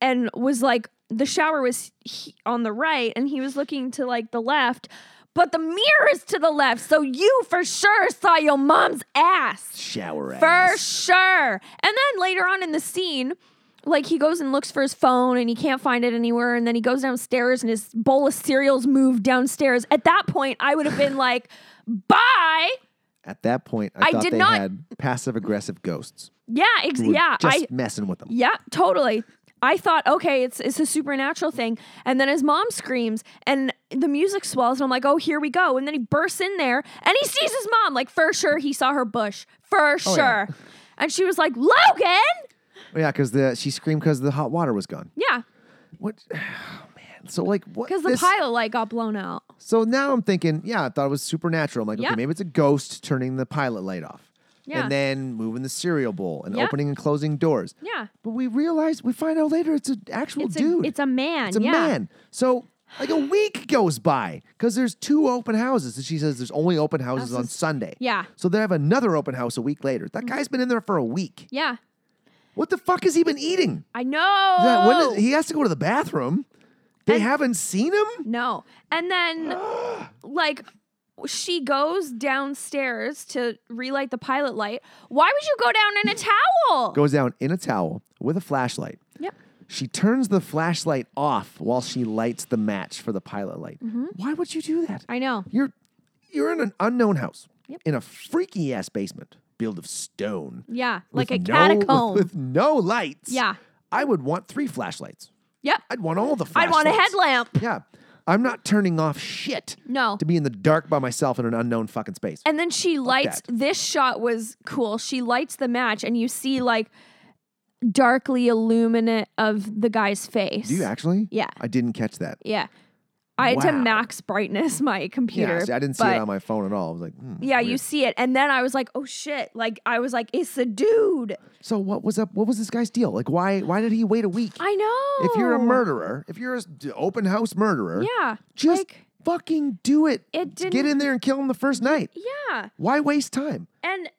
Speaker 1: and was like, the shower was he- on the right, and he was looking to like the left. But the mirror is to the left, so you for sure saw your mom's ass.
Speaker 2: Shower
Speaker 1: For
Speaker 2: ass.
Speaker 1: sure. And then later on in the scene, like he goes and looks for his phone and he can't find it anywhere. And then he goes downstairs and his bowl of cereal's moved downstairs. At that point, I would have been like, bye.
Speaker 2: At that point, I,
Speaker 1: I
Speaker 2: thought
Speaker 1: did
Speaker 2: they
Speaker 1: not-
Speaker 2: had passive aggressive ghosts.
Speaker 1: Yeah, ex-
Speaker 2: who were
Speaker 1: yeah.
Speaker 2: Just
Speaker 1: I
Speaker 2: messing with them.
Speaker 1: yeah, totally. I thought, okay, it's it's a supernatural thing. And then his mom screams and the music swells, and I'm like, oh, here we go. And then he bursts in there and he sees his mom. Like, for sure, he saw her bush. For
Speaker 2: Oh, yeah.
Speaker 1: sure. And she was like, Logan.
Speaker 2: Oh, yeah, because the she screamed because the hot water was gone.
Speaker 1: Yeah.
Speaker 2: What? Oh, man. So like what?
Speaker 1: Because the
Speaker 2: this-
Speaker 1: pilot light got blown out.
Speaker 2: So now I'm thinking, yeah, I thought it was supernatural. I'm like, okay,
Speaker 1: Yeah.
Speaker 2: maybe it's a ghost turning the pilot light off.
Speaker 1: Yeah.
Speaker 2: And then moving the cereal bowl and
Speaker 1: Yeah.
Speaker 2: opening and closing doors.
Speaker 1: Yeah.
Speaker 2: But we realize, we find out later it's an actual
Speaker 1: It's
Speaker 2: Oh, dude.
Speaker 1: a it's a man.
Speaker 2: It's a
Speaker 1: yeah.
Speaker 2: man. So like a week goes by because there's two open houses. And she says there's only open houses on Sunday.
Speaker 1: Yeah. Mm-hmm.
Speaker 2: So they have another open house a week later. That guy's been in there for a week.
Speaker 1: Yeah.
Speaker 2: What the fuck has he been eating?
Speaker 1: I know.
Speaker 2: Yeah, when is- he has to go to the bathroom. They haven't seen him?
Speaker 1: no. And then like she goes downstairs to relight the pilot light. Why would you go down in a towel?
Speaker 2: Goes down in a towel with a flashlight.
Speaker 1: yep.
Speaker 2: She turns the flashlight off while she lights the match for the pilot light. Why would you do that?
Speaker 1: Mm-hmm. I know.
Speaker 2: You're you're in an unknown house.
Speaker 1: Yep.
Speaker 2: in a freaky ass basement built of stone.
Speaker 1: Yeah. Like a
Speaker 2: with no-
Speaker 1: catacomb.
Speaker 2: with no lights.
Speaker 1: yeah.
Speaker 2: I would want three flashlights.
Speaker 1: Yep.
Speaker 2: I'd want all the
Speaker 1: I'd
Speaker 2: flashlights.
Speaker 1: want a headlamp.
Speaker 2: Yeah. I'm not turning off shit
Speaker 1: No.
Speaker 2: to be in the dark by myself in an unknown fucking space.
Speaker 1: And then she lights
Speaker 2: that.
Speaker 1: this shot was cool. She lights the match and you see like darkly illuminate of the guy's face.
Speaker 2: Do you actually?
Speaker 1: Yeah.
Speaker 2: I didn't catch that.
Speaker 1: Yeah. I had to
Speaker 2: Wow.
Speaker 1: max brightness my computer.
Speaker 2: yeah, see, I didn't see it
Speaker 1: but-
Speaker 2: on my phone at all. I was like, hmm,
Speaker 1: Yeah, you
Speaker 2: weird.
Speaker 1: see it. And then I was like, oh shit. Like I was like, it's a dude.
Speaker 2: So what was up? What was this guy's deal? Like, why? Why did he wait a week?
Speaker 1: I know.
Speaker 2: If you're a murderer, if you're an open house murderer,
Speaker 1: Yeah.
Speaker 2: just
Speaker 1: like
Speaker 2: fucking do it.
Speaker 1: it didn't
Speaker 2: Get in there and kill him the first night.
Speaker 1: Yeah.
Speaker 2: Why waste time?
Speaker 1: And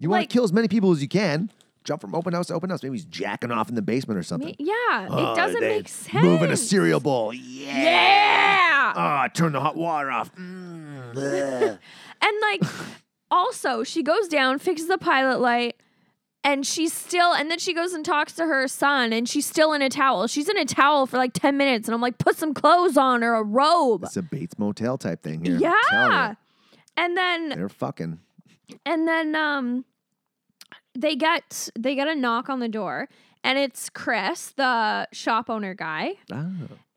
Speaker 2: You want
Speaker 1: Like-
Speaker 2: to kill as many people as you can. Jump from open house to open house. Maybe he's jacking off in the basement or something.
Speaker 1: me- yeah,
Speaker 2: Oh,
Speaker 1: it doesn't
Speaker 2: they
Speaker 1: make sense.
Speaker 2: Moving a cereal bowl. Yeah.
Speaker 1: Yeah.
Speaker 2: Ah, turn the hot water off. Mm, bleh.
Speaker 1: And like, also, she goes down, fixes the pilot light, and she's still, and then she goes and talks to her son, and she's still in a towel. She's in a towel for like 10 minutes, and I'm like, put some clothes on or a robe.
Speaker 2: it's a Bates Motel type thing here. I'm telling ya.
Speaker 1: Yeah. And then,
Speaker 2: They're fucking.
Speaker 1: and then, um, they get they get a knock on the door and it's Chris the shop owner guy
Speaker 2: Oh.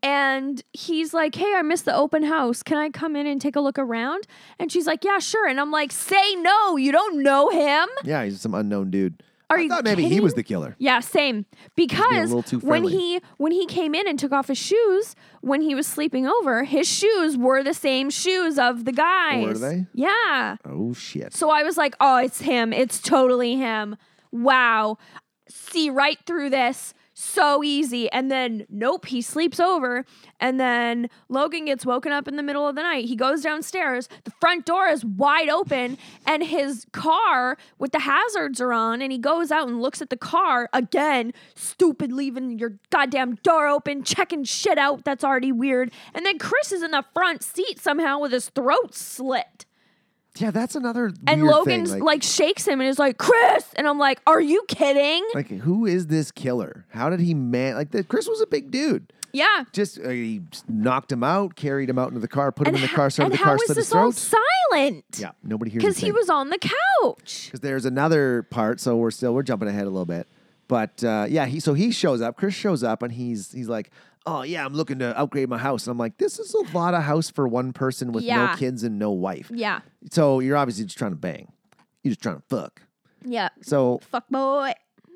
Speaker 1: And he's like, Hey, I missed the open house. Can I come in and take a look around? And she's like, Yeah, sure. And I'm like, Say no. You don't know him.
Speaker 2: Yeah, he's some unknown dude.
Speaker 1: Are
Speaker 2: I
Speaker 1: you
Speaker 2: thought maybe he
Speaker 1: kidding?
Speaker 2: was the killer.
Speaker 1: Yeah, same. Because
Speaker 2: little too
Speaker 1: when
Speaker 2: friendly.
Speaker 1: he when he came in and took off his shoes when he was sleeping over, his shoes were the same shoes of the guys.
Speaker 2: they?
Speaker 1: Yeah.
Speaker 2: Oh shit.
Speaker 1: So I was like, Oh, it's him. It's totally him. Wow. See right through this. So easy. And then, nope, he sleeps over. And then Logan gets woken up in the middle of the night. He goes downstairs. The front door is wide open, and his car with the hazards are on. And he goes out and looks at the car again. Stupid leaving your goddamn door open, checking shit out. That's already weird. And then Chris is in the front seat somehow with his throat slit.
Speaker 2: Yeah, that's another.
Speaker 1: And
Speaker 2: weird thing,
Speaker 1: Logan's like, shakes him and is like, Chris! And I'm like, Are you kidding?
Speaker 2: like, who is this killer? How did he man? Like, the, Chris was a big dude.
Speaker 1: yeah.
Speaker 2: Just uh, he just knocked him out, carried him out into the car, put him in the
Speaker 1: ho-
Speaker 2: car, started
Speaker 1: and
Speaker 2: the car,
Speaker 1: how is
Speaker 2: slit his
Speaker 1: this all
Speaker 2: throat.
Speaker 1: silent?
Speaker 2: Yeah, nobody hears
Speaker 1: Because he was on the couch.
Speaker 2: Because there's another part, so we're still we're jumping ahead a little bit, but uh, yeah, he so he shows up. Chris shows up, and he's he's like, "Oh yeah, I'm looking to upgrade my house." And I'm like, "This is a lot of house for one person with
Speaker 1: Yeah.
Speaker 2: no kids and no wife."
Speaker 1: Yeah.
Speaker 2: So you're obviously just trying to bang, you're just trying to fuck.
Speaker 1: Yeah.
Speaker 2: So
Speaker 1: Fuck boy.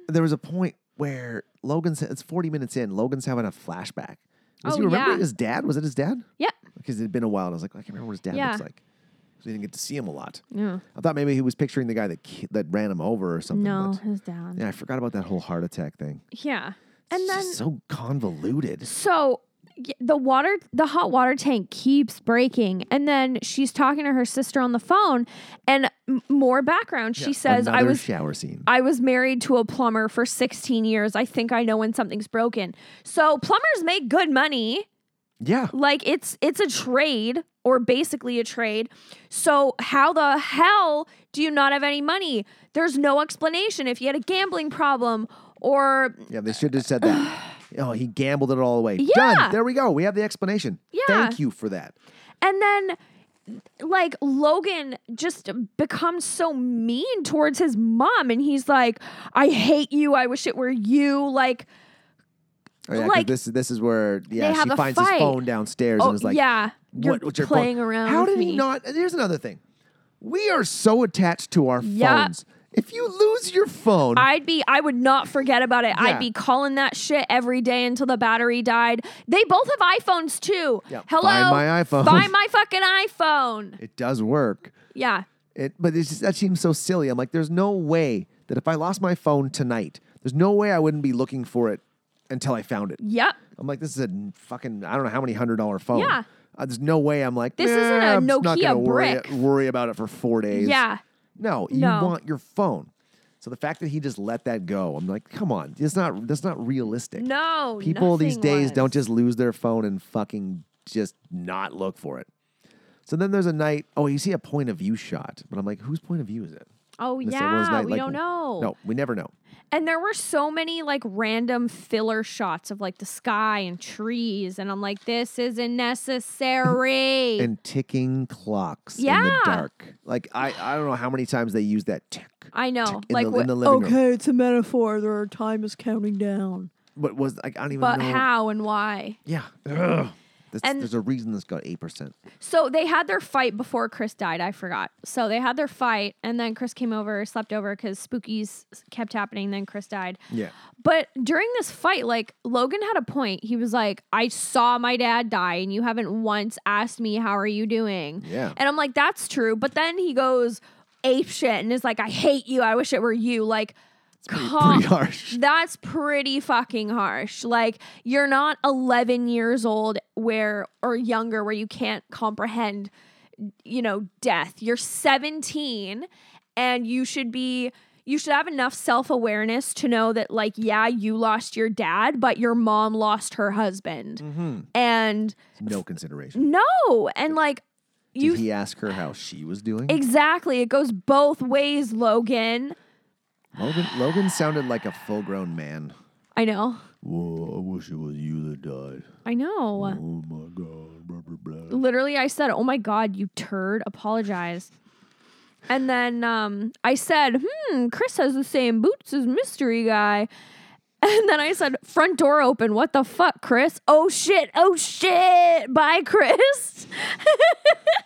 Speaker 2: there was a point where Logan's it's 40 minutes in, Logan's having a flashback. Does
Speaker 1: Oh,
Speaker 2: he remember
Speaker 1: yeah.
Speaker 2: his dad? Was it his dad?
Speaker 1: Yeah.
Speaker 2: Because it had been a while. And I was like, I can't remember what his dad
Speaker 1: Yeah.
Speaker 2: looks like. So we didn't get to see him a lot.
Speaker 1: Yeah.
Speaker 2: I thought maybe he was picturing the guy that ki- that ran him over or something.
Speaker 1: No,
Speaker 2: but-
Speaker 1: his dad. Yeah.
Speaker 2: yeah, I forgot about that whole heart attack thing.
Speaker 1: And
Speaker 2: it's
Speaker 1: then
Speaker 2: just so convoluted.
Speaker 1: So y- the water, the hot water tank keeps breaking, and then she's talking to her sister on the phone, and m- more background. She says,
Speaker 2: Another
Speaker 1: "I was
Speaker 2: shower scene.
Speaker 1: I was married to a plumber for 16 years. I think I know when something's broken. So plumbers make good money.
Speaker 2: yeah.
Speaker 1: Like it's it's a trade or basically a trade. So how the hell do you not have any money? There's no explanation if you had a gambling problem or
Speaker 2: Yeah, they should have said that. oh, he gambled it all away.
Speaker 1: Yeah.
Speaker 2: Done. There we go. We have the explanation.
Speaker 1: Yeah.
Speaker 2: Thank you for that.
Speaker 1: and then like Logan just becomes so mean towards his mom and he's like I hate you. I wish it were you. Like
Speaker 2: Oh, yeah, 'cause
Speaker 1: Like,
Speaker 2: this this is where yeah
Speaker 1: they have
Speaker 2: she
Speaker 1: a
Speaker 2: finds
Speaker 1: fight.
Speaker 2: his phone downstairs
Speaker 1: oh
Speaker 2: and is like,
Speaker 1: yeah, you're
Speaker 2: what, what's your phone?
Speaker 1: playing around
Speaker 2: How
Speaker 1: with
Speaker 2: did
Speaker 1: me.
Speaker 2: he not? and Here's another thing: we are so attached to our
Speaker 1: Yeah.
Speaker 2: phones. If you lose your phone,
Speaker 1: I'd be I would not forget about it.
Speaker 2: Yeah.
Speaker 1: I'd be calling that shit every day until the battery died. They both have iPhones too.
Speaker 2: Yeah,
Speaker 1: Hello.
Speaker 2: find my iPhone.
Speaker 1: Find my fucking iPhone.
Speaker 2: it does work.
Speaker 1: Yeah.
Speaker 2: It, but it's just, that seems so silly. I'm like, there's no way that if I lost my phone tonight, there's no way I wouldn't be looking for it until I found it.
Speaker 1: Yep.
Speaker 2: I'm like, this is a fucking I don't know how many hundred dollar phone.
Speaker 1: Yeah.
Speaker 2: Uh, there's no way I'm like
Speaker 1: This
Speaker 2: "Nah,
Speaker 1: isn't a
Speaker 2: I'm just not
Speaker 1: Nokia
Speaker 2: gonna
Speaker 1: brick."
Speaker 2: Worry, worry about it for four days.
Speaker 1: Yeah.
Speaker 2: No, you
Speaker 1: No.
Speaker 2: want your phone. So the fact that he just let that go, I'm like, come on, it's not that's not realistic.
Speaker 1: No.
Speaker 2: People these
Speaker 1: nothing
Speaker 2: days
Speaker 1: was.
Speaker 2: don't just lose their phone and fucking just not look for it. So then there's a night. Oh, you see a point of view shot, but I'm like, whose point of view is it?
Speaker 1: Oh
Speaker 2: This- that was
Speaker 1: yeah,
Speaker 2: night-
Speaker 1: we
Speaker 2: like-
Speaker 1: don't know.
Speaker 2: No, we never know.
Speaker 1: And there were so many like random filler shots of like the sky and trees, and I'm like, this isn't necessary.
Speaker 2: And ticking clocks in
Speaker 1: Yeah.
Speaker 2: the dark. Like I, I don't know how many times they use that tick.
Speaker 1: I know,
Speaker 2: in
Speaker 1: like oh,
Speaker 2: the-
Speaker 1: what-
Speaker 2: in the living room.
Speaker 1: it's a metaphor. Their time is counting down.
Speaker 2: But was like I don't even
Speaker 1: But
Speaker 2: know.
Speaker 1: how and why?
Speaker 2: Yeah. Ugh. That's,
Speaker 1: And-
Speaker 2: there's a reason that's got eight percent.
Speaker 1: So they had their fight before Chris died. I forgot. So they had their fight, and then Chris came over, slept over because spookies kept happening. Then Chris died.
Speaker 2: Yeah.
Speaker 1: But during this fight, like Logan had a point. He was like, I saw my dad die, and you haven't once asked me, How are you doing?
Speaker 2: Yeah.
Speaker 1: And I'm like, That's true. But then he goes ape shit and is like, I hate you. I wish it were you. Like, calm.
Speaker 2: Pretty harsh.
Speaker 1: That's pretty fucking harsh. Like, you're not 11 years old where, or younger, where you can't comprehend, you know, death. You're 17 and you should be, you should have enough self awareness to know that, like, yeah, you lost your dad, but your mom lost her husband.
Speaker 2: Mm-hmm.
Speaker 1: And
Speaker 2: No consideration.
Speaker 1: no. And like, you
Speaker 2: Did he ask her how she was doing?
Speaker 1: exactly, it goes both ways, Logan.
Speaker 2: Logan, Logan sounded like a full-grown man.
Speaker 1: I know.
Speaker 2: Whoa! I wish it was you that died.
Speaker 1: I know.
Speaker 2: Oh my god! Blah, blah, blah.
Speaker 1: literally I said, "Oh my god, you turd, apologize." And then um, I said, "Hmm, Chris has the same boots as mystery guy." And then I said, "Front door open. What the fuck, Chris? Oh shit. Oh shit. Bye, Chris."
Speaker 2: Oh,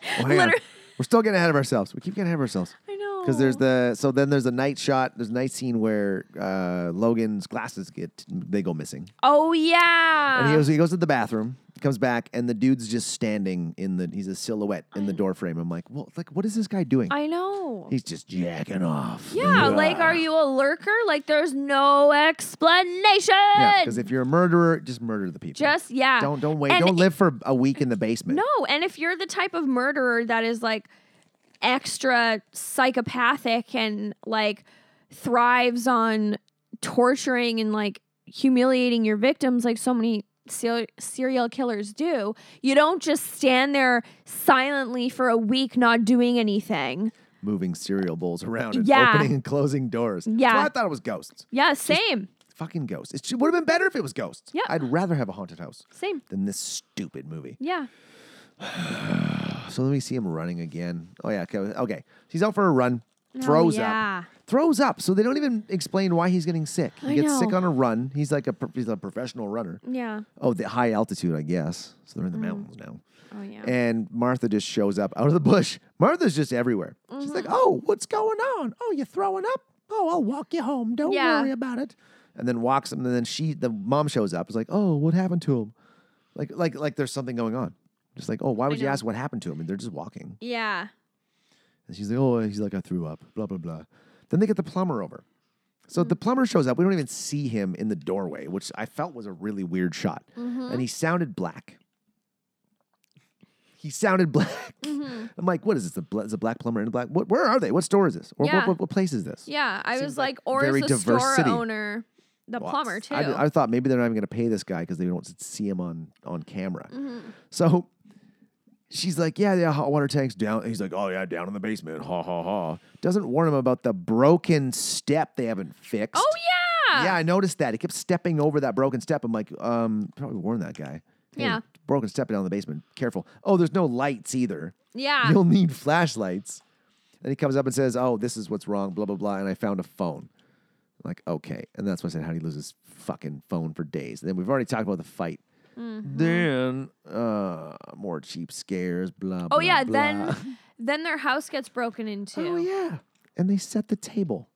Speaker 2: hang on.
Speaker 1: Liter-
Speaker 2: We're still getting ahead of ourselves. We keep getting ahead of ourselves.
Speaker 1: I know.
Speaker 2: Because there's the so then there's a night shot. There's a night scene where uh, Logan's glasses get they go missing.
Speaker 1: Oh yeah.
Speaker 2: And he goes, he goes to the bathroom, comes back, and the dude's just standing in the, he's a silhouette in the door frame. I'm like, well, like, what is this guy doing?
Speaker 1: I know.
Speaker 2: he's just jacking off.
Speaker 1: yeah, like are you a lurker? Like there's no explanation.
Speaker 2: Yeah, because if you're a murderer, just murder the people.
Speaker 1: just yeah.
Speaker 2: don't don't wait.
Speaker 1: And
Speaker 2: don't live for a week in the basement.
Speaker 1: No, and if you're the type of murderer that is like extra psychopathic and like thrives on torturing and like humiliating your victims like so many ser- serial killers do, you don't just stand there silently for a week not doing anything.
Speaker 2: Moving cereal bowls around and
Speaker 1: Yeah.
Speaker 2: opening and closing doors. That's
Speaker 1: Yeah.
Speaker 2: why I thought it was ghosts.
Speaker 1: Yeah, same.
Speaker 2: Fucking ghosts. It would have been better if it was ghosts.
Speaker 1: Yeah.
Speaker 2: I'd rather have a haunted house
Speaker 1: Same.
Speaker 2: than this stupid movie.
Speaker 1: Yeah.
Speaker 2: So then we see him running again. Oh yeah, okay. okay. He's out for a run, throws
Speaker 1: Oh, yeah.
Speaker 2: up, throws up. So they don't even explain why he's getting sick. He
Speaker 1: I
Speaker 2: gets
Speaker 1: know.
Speaker 2: sick on a run. He's like a pro- he's a professional runner.
Speaker 1: Yeah.
Speaker 2: Oh, the high altitude, I guess. So
Speaker 1: Mm.
Speaker 2: they're in the mountains now.
Speaker 1: Oh yeah.
Speaker 2: And Martha just shows up out of the bush. Martha's just everywhere. She's like,
Speaker 1: Mm-hmm.
Speaker 2: "Oh, what's going on? Oh, you're throwing up? Oh, I'll walk you home. Don't
Speaker 1: Yeah.
Speaker 2: worry about it." And then walks him. And then she, the mom, shows up. Is like, "Oh, what happened to him? Like, like, like there's something going on." Just like, "Oh, why would you
Speaker 1: know.
Speaker 2: ask what happened to him?" And they're just walking.
Speaker 1: yeah.
Speaker 2: And she's like, oh, he's like, I threw up, blah, blah, blah. Then they get the plumber over. So the plumber shows up. We don't even see him in the doorway, which I felt was a really weird shot. And he sounded black. He sounded black. I'm like, what is this? A bla- Is a black plumber and a black? What, where are they? What store is this? Or what,
Speaker 1: Yeah.
Speaker 2: what, what place is this?
Speaker 1: Yeah. I
Speaker 2: Seems
Speaker 1: was
Speaker 2: like
Speaker 1: like, or
Speaker 2: very
Speaker 1: is the
Speaker 2: diverse
Speaker 1: store
Speaker 2: city.
Speaker 1: owner the
Speaker 2: Well,
Speaker 1: plumber too?
Speaker 2: I, d- I thought maybe they're not even going to pay this guy because they don't see him on on camera.
Speaker 1: Mm-hmm.
Speaker 2: So she's like, "Yeah, yeah, hot water tanks down." He's like, "Oh yeah, down in the basement." Ha ha ha. Doesn't warn him about the broken step they haven't fixed.
Speaker 1: oh yeah.
Speaker 2: Yeah, I noticed that. He kept stepping over that broken step. I'm like, um, probably warn that guy. Hey,
Speaker 1: Yeah.
Speaker 2: Broken step down in the basement. Careful. Oh, there's no lights either.
Speaker 1: Yeah.
Speaker 2: You'll need flashlights. And he comes up and says, Oh, this is what's wrong, blah, blah, blah. And I found a phone. I'm like, okay. And that's why I said, How do you lose his fucking phone for days? And then we've already talked about the fight.
Speaker 1: Mm-hmm.
Speaker 2: Then uh more cheap scares, blah blah
Speaker 1: Oh yeah,
Speaker 2: blah.
Speaker 1: then then their house gets broken into.
Speaker 2: Oh
Speaker 1: yeah.
Speaker 2: yeah. And they set the table.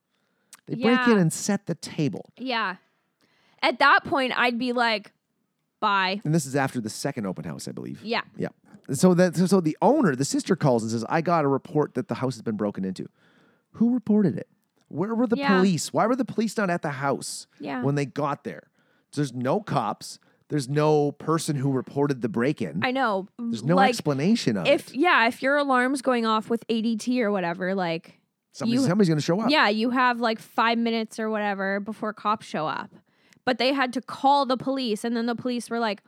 Speaker 2: They break
Speaker 1: Yeah.
Speaker 2: in and set the table.
Speaker 1: At that point I'd be like, bye.
Speaker 2: And this is after the second open house, I believe.
Speaker 1: Yeah.
Speaker 2: Yeah. So that so- so the owner, the sister calls and says, "I got a report that the house has been broken into." Who reported it? Where were the
Speaker 1: Yeah.
Speaker 2: police? Why were the police not at the house
Speaker 1: Yeah.
Speaker 2: when they got there? There's no cops. There's no person who reported the break-in.
Speaker 1: I know.
Speaker 2: There's no
Speaker 1: like
Speaker 2: explanation of
Speaker 1: if
Speaker 2: it.
Speaker 1: yeah, if your alarm's going off with ADT or whatever, like
Speaker 2: Somebody's,
Speaker 1: you-
Speaker 2: somebody's going to show up.
Speaker 1: yeah, you have like five minutes or whatever before cops show up. But they had to call the police and then the police were like,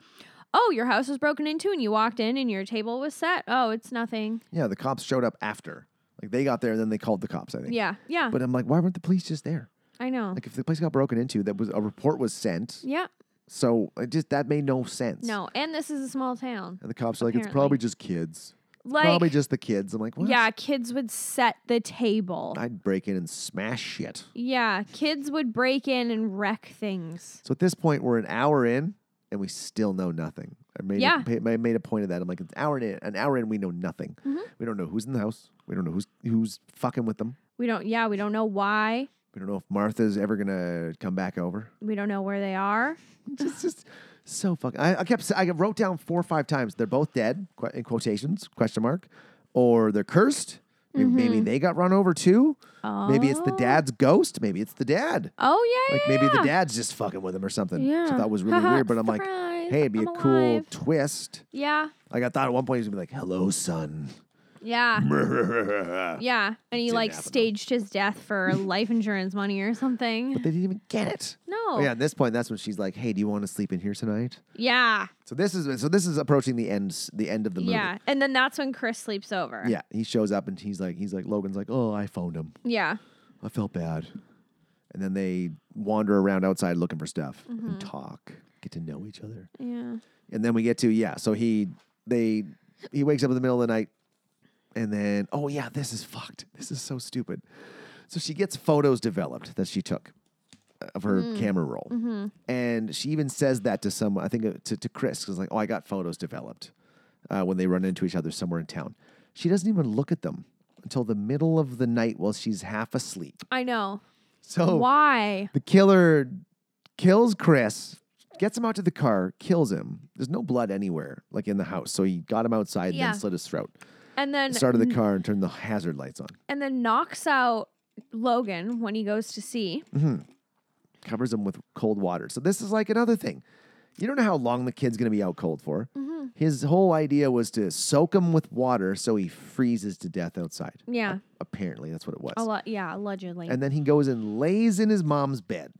Speaker 1: Oh, your house was broken into and you walked in and your table was set. Oh, it's nothing.
Speaker 2: Yeah, the cops showed up after. Like they got there and then they called the cops, I think.
Speaker 1: Yeah. Yeah.
Speaker 2: But I'm like, why weren't the police just there?
Speaker 1: I know.
Speaker 2: Like if the place got broken into, that was a report was sent.
Speaker 1: yeah.
Speaker 2: So it just that made no sense.
Speaker 1: No. And this is a small town.
Speaker 2: And the cops are like, it's
Speaker 1: Apparently.
Speaker 2: probably just kids.
Speaker 1: Like
Speaker 2: probably just the kids. I'm like, what?
Speaker 1: Yeah, kids would set the table.
Speaker 2: I'd break in and smash shit.
Speaker 1: yeah, kids would break in and wreck things.
Speaker 2: So at this point, we're an hour in and we still know nothing. I made,
Speaker 1: Yeah.
Speaker 2: a, I made a point of that. I'm like, an hour in, an hour in, we know nothing.
Speaker 1: Mm-hmm.
Speaker 2: We don't know who's in the house. We don't know who's who's fucking with them.
Speaker 1: We don't yeah, we don't know why.
Speaker 2: We don't know if Martha's ever gonna come back over.
Speaker 1: We don't know where they are.
Speaker 2: just, just so fucking. I, I kept. s- I wrote down four or five times. They're both dead. qu- In quotations, question mark, or they're cursed. Maybe, maybe they got run over too.
Speaker 1: Mm-hmm. Oh.
Speaker 2: Maybe it's the dad's ghost. Maybe it's the dad.
Speaker 1: Oh yeah.
Speaker 2: Like
Speaker 1: yeah,
Speaker 2: maybe the
Speaker 1: yeah.
Speaker 2: dad's just fucking with him or something.
Speaker 1: Yeah.
Speaker 2: Which I thought was really
Speaker 1: Haha,
Speaker 2: weird. But I'm like,
Speaker 1: surprise,
Speaker 2: hey, it'd be
Speaker 1: I'm
Speaker 2: a cool
Speaker 1: alive.
Speaker 2: twist.
Speaker 1: Yeah.
Speaker 2: Like I thought at one point he's gonna be like, "Hello, son."
Speaker 1: Yeah.
Speaker 2: but
Speaker 1: Yeah. And he
Speaker 2: Didn't
Speaker 1: like
Speaker 2: happen, though.
Speaker 1: staged his death for life insurance money or something.
Speaker 2: they didn't even get it.
Speaker 1: no.
Speaker 2: Oh, yeah, at this point, that's when she's like, "Hey, do you want to sleep in here tonight?"
Speaker 1: Yeah.
Speaker 2: So this is so this is approaching the end the end of the movie.
Speaker 1: Yeah. And then that's when Chris sleeps over.
Speaker 2: Yeah, he shows up and he's like, he's like, Logan's like, oh, I phoned him.
Speaker 1: Yeah.
Speaker 2: I felt bad. And then they wander around outside looking for stuff
Speaker 1: Mm-hmm.
Speaker 2: and talk, get to know each other.
Speaker 1: Yeah.
Speaker 2: And then we get to yeah. So he they he wakes up in the middle of the night, and then oh yeah, this is fucked. This is so stupid. So she gets photos developed that she took uh, of her camera roll, and she even says that to someone. I think uh, to to Chris because like oh I got photos developed uh, when they run into each other somewhere in town. She doesn't even look at them until the middle of the night while she's half asleep.
Speaker 1: I know.
Speaker 2: So
Speaker 1: Why?
Speaker 2: the killer kills Chris, gets him out to the car, kills him. There's no blood anywhere, like in the house. So he got him outside and
Speaker 1: Yeah.
Speaker 2: then slit his throat.
Speaker 1: And then
Speaker 2: Started the car and turned the hazard lights on.
Speaker 1: and then knocks out Logan when he goes to see.
Speaker 2: Covers him with cold water. So this is like another thing. You don't know how long the kid's gonna be out cold for.
Speaker 1: Mm-hmm.
Speaker 2: His whole idea was to soak him with water so he freezes to death outside.
Speaker 1: Yeah.
Speaker 2: Apparently, that's what it was.
Speaker 1: Alle- yeah, allegedly.
Speaker 2: And then he goes and lays in his mom's bed.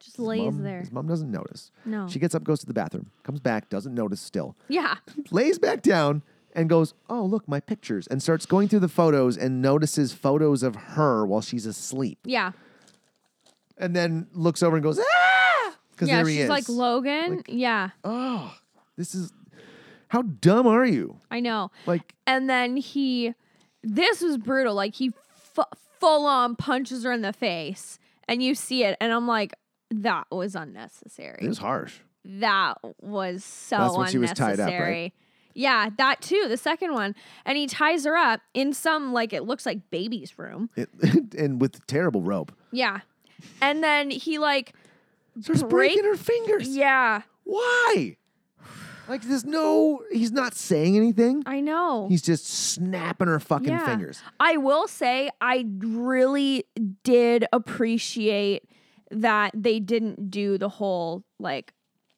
Speaker 1: Just lays
Speaker 2: Mom-
Speaker 1: there.
Speaker 2: His mom doesn't notice.
Speaker 1: No.
Speaker 2: She gets up, goes to the bathroom, comes back, doesn't notice still.
Speaker 1: yeah.
Speaker 2: lays back down and goes, "Oh, look, my pictures." And starts going through the photos and notices photos of her while she's asleep.
Speaker 1: Yeah.
Speaker 2: And then looks over and goes, "Ah!" Cuz
Speaker 1: Yeah.
Speaker 2: there he
Speaker 1: She's
Speaker 2: is.
Speaker 1: like Logan. yeah.
Speaker 2: "Oh, this is How dumb are you?"
Speaker 1: I know.
Speaker 2: Like
Speaker 1: And then he, this was brutal. Like he fu- full on punches her in the face, and you see it, and I'm like, that was unnecessary.
Speaker 2: it was harsh.
Speaker 1: that was so
Speaker 2: That's when she was
Speaker 1: unnecessary.
Speaker 2: tied up, right?
Speaker 1: Yeah, that too. The second one, and he ties her up in some like it looks like baby's room.
Speaker 2: It, and with terrible rope.
Speaker 1: Yeah, and then he like
Speaker 2: Starts
Speaker 1: Break-
Speaker 2: breaking her fingers.
Speaker 1: yeah,
Speaker 2: Why? Like there's no he's not saying anything.
Speaker 1: I know.
Speaker 2: He's just snapping her fucking
Speaker 1: Yeah.
Speaker 2: fingers.
Speaker 1: I will say I really did appreciate that they didn't do the whole like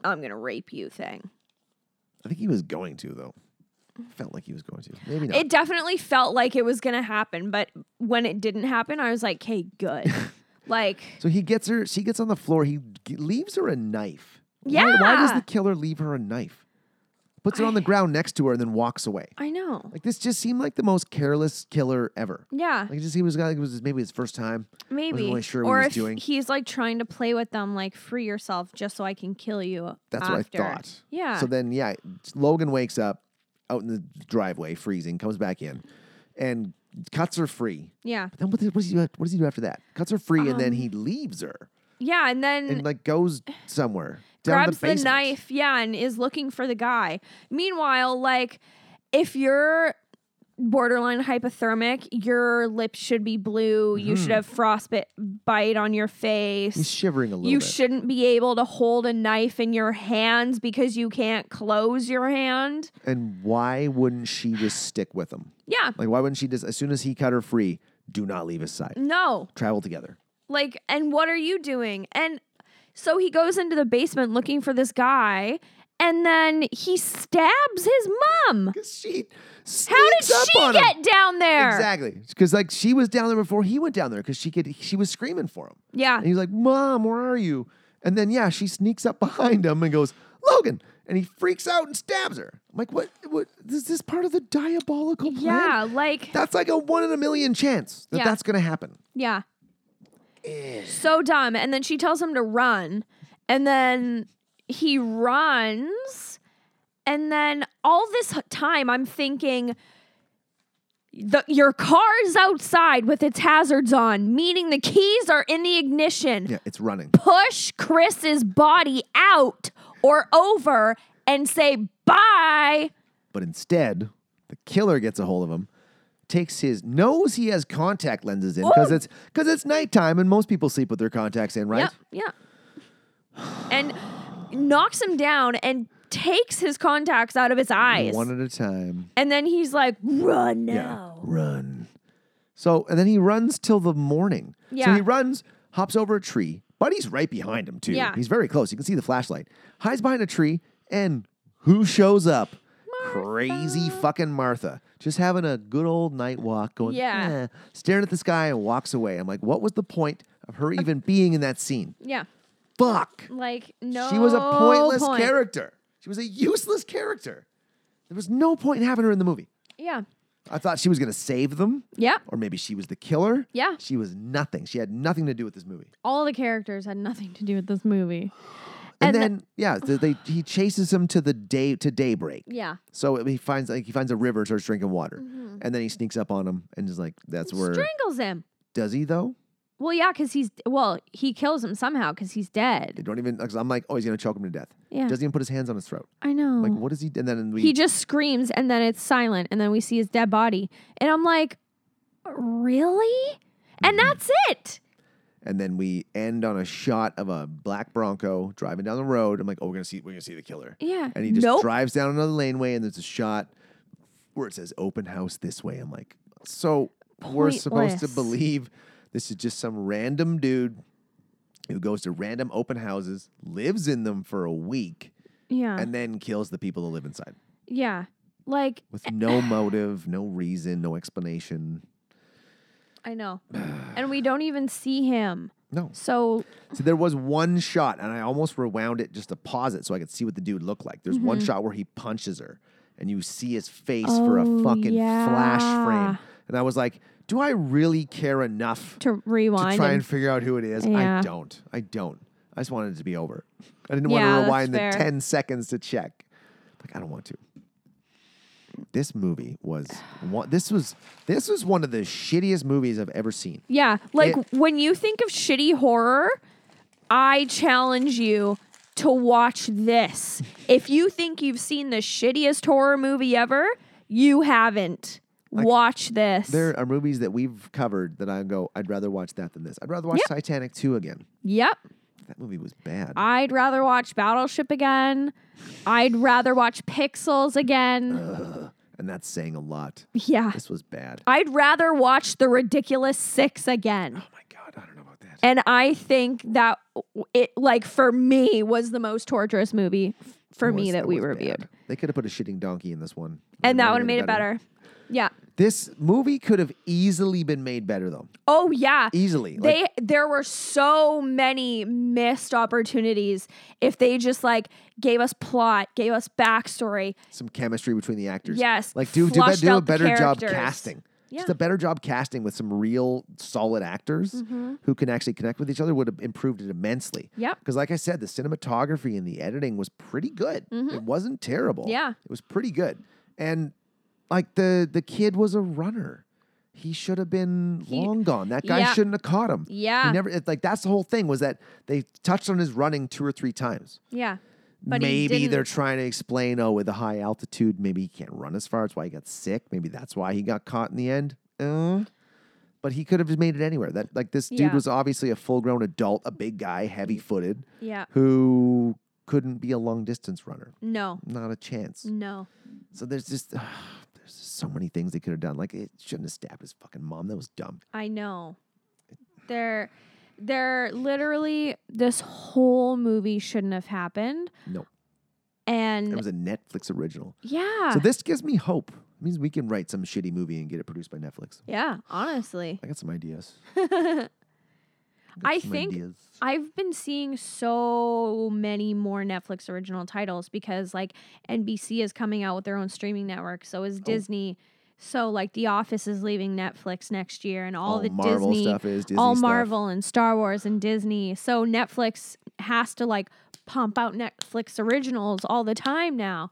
Speaker 1: I'm gonna rape you thing.
Speaker 2: I think he was going to though. Felt like he was going to. Maybe not.
Speaker 1: It definitely felt like it was gonna happen, but when it didn't happen, I was like, "Okay, good." like,
Speaker 2: So he gets her. She gets on the floor. He g- leaves her a knife. Why- Why, does
Speaker 1: Yeah.
Speaker 2: the killer leave her a knife? Puts it on the
Speaker 1: I-
Speaker 2: ground next to her and then walks away.
Speaker 1: I know.
Speaker 2: Like this just seemed like the most careless killer ever.
Speaker 1: Yeah,
Speaker 2: Like it just he was like it was maybe his first time.
Speaker 1: maybe.
Speaker 2: really sure what
Speaker 1: or
Speaker 2: he was
Speaker 1: if
Speaker 2: doing.
Speaker 1: he's like trying to play with them, like free yourself, just so I can kill you.
Speaker 2: That's
Speaker 1: after.
Speaker 2: what I thought.
Speaker 1: Yeah.
Speaker 2: So then yeah, Logan wakes up out in the driveway, freezing, comes back in, and cuts her free.
Speaker 1: yeah,
Speaker 2: But then what, does- what does he do? What does he do after that? Cuts her free and then he leaves her
Speaker 1: yeah, Um, and then
Speaker 2: and like goes somewhere. Down
Speaker 1: grabs
Speaker 2: the,
Speaker 1: the,
Speaker 2: basement.
Speaker 1: knife, yeah, and is looking for the guy. Meanwhile, like if you're borderline hypothermic, your lips should be blue. You
Speaker 2: Mm-hmm.
Speaker 1: should have frostbite bite on your
Speaker 2: He's
Speaker 1: face.
Speaker 2: shivering a little
Speaker 1: You
Speaker 2: bit.
Speaker 1: shouldn't be able to hold a knife in your hands because you can't close your hand.
Speaker 2: And why wouldn't she just stick with him?
Speaker 1: Yeah.
Speaker 2: Like, why wouldn't she just, as soon as he cut her free, do not leave his side?
Speaker 1: No.
Speaker 2: Travel together.
Speaker 1: Like, and what are you doing? And so he goes into the basement looking for this guy, and then he stabs his mom.
Speaker 2: Because she
Speaker 1: How did
Speaker 2: sneaks up
Speaker 1: she
Speaker 2: on
Speaker 1: get
Speaker 2: him.
Speaker 1: down there?
Speaker 2: Exactly. Because, like, she was down there before he went down there because she could, she was screaming for him.
Speaker 1: Yeah.
Speaker 2: And he's like, Mom, where are you? And then, yeah, she sneaks up behind him and goes, Logan. and he freaks out and stabs her. I'm like, what? What is this part of the diabolical plan?
Speaker 1: Yeah, like
Speaker 2: That's like a one in a million chance that
Speaker 1: Yeah.
Speaker 2: that's going to happen.
Speaker 1: yeah. So dumb. And then she tells him to run, and then he runs, and then all this h- time I'm thinking. The, your car's outside with its hazards on, meaning the keys are in the ignition.
Speaker 2: Yeah, it's running.
Speaker 1: push Chris's body out or over and say bye.
Speaker 2: But instead, the killer gets a hold of him, takes his knows he has contact lenses in because
Speaker 1: Ooh.
Speaker 2: it's because it's nighttime and most people sleep with their contacts in, right?
Speaker 1: Yeah, yeah. And knocks him down and takes his contacts out of his eyes.
Speaker 2: One at a time.
Speaker 1: and then he's like, run
Speaker 2: Yeah.
Speaker 1: now.
Speaker 2: Run. So and then he runs till the morning. So
Speaker 1: Yeah.
Speaker 2: he runs, hops over a tree. Buddy's right behind him too.
Speaker 1: Yeah.
Speaker 2: He's very close. You can see the flashlight. Hides behind a tree, and who shows up? Crazy fucking Martha. Just having a good old night walk, going,
Speaker 1: Yeah.
Speaker 2: "Eh," staring at the sky and walks away. I'm like, what was the point of her even being in that scene?
Speaker 1: Yeah.
Speaker 2: Fuck.
Speaker 1: Like, no.
Speaker 2: she was a pointless
Speaker 1: point.
Speaker 2: character. She was a useless character. There was no point in having her in the movie.
Speaker 1: Yeah.
Speaker 2: I thought she was going to save them,
Speaker 1: Yeah.
Speaker 2: or maybe she was the killer.
Speaker 1: Yeah.
Speaker 2: She was nothing. She had nothing to do with this movie.
Speaker 1: All the characters had nothing to do with this movie. And
Speaker 2: And, then, yeah, th- they, he chases him to the day to daybreak.
Speaker 1: Yeah.
Speaker 2: So he finds like he finds a river, starts drinking water,
Speaker 1: Mm-hmm.
Speaker 2: and then he sneaks up on him and is like, "That's where."
Speaker 1: Strangles him.
Speaker 2: Does he though?
Speaker 1: Well, yeah, because he's, well, he kills him somehow because he's
Speaker 2: They
Speaker 1: dead.
Speaker 2: don't even. Cause I'm like, oh, he's gonna choke him to death.
Speaker 1: Yeah.
Speaker 2: Doesn't even put his hands on his throat.
Speaker 1: I know.
Speaker 2: Like, what is he? And then we
Speaker 1: he just screams and then it's silent and then we see his dead body and i'm like really and
Speaker 2: Mm-hmm.
Speaker 1: that's it
Speaker 2: and then we end on a shot of a black Bronco driving down the road. I'm like, oh, we're gonna see, we're gonna see the killer.
Speaker 1: yeah
Speaker 2: And he just
Speaker 1: nope.
Speaker 2: drives down another laneway, and there's a shot where it says "open house this way." I'm like, so we're supposed to
Speaker 1: Pointless.
Speaker 2: believe this is just some random dude who goes to random open houses, lives in them for a week,
Speaker 1: yeah
Speaker 2: and then kills the people that live inside
Speaker 1: yeah like
Speaker 2: with no motive, no reason, no explanation.
Speaker 1: i know and we don't even see him
Speaker 2: No.
Speaker 1: so
Speaker 2: So there was one shot, and I almost rewound it just to pause it so I could see what the dude looked like. There's
Speaker 1: Mm-hmm.
Speaker 2: one shot where he punches her, and you see his face for a
Speaker 1: Oh,
Speaker 2: fucking flash
Speaker 1: yeah.
Speaker 2: frame. And I was like, do I really care
Speaker 1: to
Speaker 2: enough to
Speaker 1: rewind
Speaker 2: try
Speaker 1: and-
Speaker 2: and figure out who it is? I
Speaker 1: Yeah.
Speaker 2: don't. I don't. I just wanted it to be over. I didn't
Speaker 1: Yeah,
Speaker 2: want to
Speaker 1: that's
Speaker 2: rewind the
Speaker 1: fair.
Speaker 2: 10 seconds to check. Like, I don't want to. This movie was one, this was this was one of the shittiest movies I've ever seen.
Speaker 1: yeah like
Speaker 2: It-
Speaker 1: when you think of shitty horror i challenge you to watch this if you think you've seen the shittiest horror movie ever you haven't watch this
Speaker 2: There are movies that we've covered that I go, I'd rather watch that than this. I'd rather watch Titanic 2 again.
Speaker 1: yep
Speaker 2: That movie was bad.
Speaker 1: I'd rather watch Battleship again. I'd rather watch Pixels again.
Speaker 2: and that's saying a lot.
Speaker 1: Yeah.
Speaker 2: This was bad.
Speaker 1: I'd rather watch The Ridiculous Six again.
Speaker 2: Oh my God, I don't know about that.
Speaker 1: And I think that w- it, like, for me, was the most torturous movie f- for
Speaker 2: It
Speaker 1: me
Speaker 2: was-
Speaker 1: that
Speaker 2: it
Speaker 1: we
Speaker 2: was
Speaker 1: reviewed.
Speaker 2: bad. They could have put a shitting donkey in this one.
Speaker 1: And that would
Speaker 2: would've
Speaker 1: have made it better. Yeah.
Speaker 2: This movie could have easily been made better, though.
Speaker 1: Oh, yeah.
Speaker 2: Easily. E, like,
Speaker 1: they there were so many missed opportunities if they just like gave us plot, gave us backstory.
Speaker 2: some chemistry between the actors.
Speaker 1: Yes,
Speaker 2: Like, do, do,
Speaker 1: flushed
Speaker 2: do a
Speaker 1: out the
Speaker 2: better job
Speaker 1: characters.
Speaker 2: casting. Just
Speaker 1: Yeah.
Speaker 2: a better job casting with some real solid actors
Speaker 1: Mm-hmm.
Speaker 2: who can actually connect with each other would have improved it immensely.
Speaker 1: Yep.
Speaker 2: Because, like I said, the cinematography and the editing was pretty good. It wasn't terrible.
Speaker 1: Mm-hmm. Yeah.
Speaker 2: It was pretty good. And, like, the, the kid was a runner. He should have been long gone. That guy
Speaker 1: yeah.
Speaker 2: shouldn't have caught him. He
Speaker 1: Yeah.
Speaker 2: never, it, like, that's the whole thing was that they touched on his running two or three times
Speaker 1: Yeah. But he
Speaker 2: maybe
Speaker 1: didn't.
Speaker 2: they're trying to explain, oh, with the high altitude, maybe he can't run as far. That's why he got sick. Maybe that's why he got caught in the end. Uh, but he could have just made it anywhere. That like this dude
Speaker 1: Yeah.
Speaker 2: was obviously a full grown adult, a big guy, heavy footed,
Speaker 1: Yeah.
Speaker 2: who couldn't be a long distance runner.
Speaker 1: No.
Speaker 2: Not a chance.
Speaker 1: No.
Speaker 2: So there's just there's just so many things they could have done. Like it shouldn't have stabbed his fucking mom. That was dumb.
Speaker 1: I know. They're they're literally this whole movie shouldn't have happened.
Speaker 2: No. It
Speaker 1: And
Speaker 2: was a Netflix original.
Speaker 1: yeah.
Speaker 2: So this gives me hope. It means we can write some shitty movie and get it produced by Netflix.
Speaker 1: yeah, honestly.
Speaker 2: I got some ideas. Got
Speaker 1: I
Speaker 2: some
Speaker 1: think
Speaker 2: ideas.
Speaker 1: I've been seeing so many more Netflix original titles because like NBC is coming out with their own streaming network, so
Speaker 2: Oh.
Speaker 1: is Disney. So like The Office is leaving Netflix next year and all, the
Speaker 2: Marvel
Speaker 1: Disney
Speaker 2: stuff is Disney
Speaker 1: all
Speaker 2: stuff.
Speaker 1: Marvel and Star Wars and Disney. So Netflix has to like pump out Netflix originals all the time now.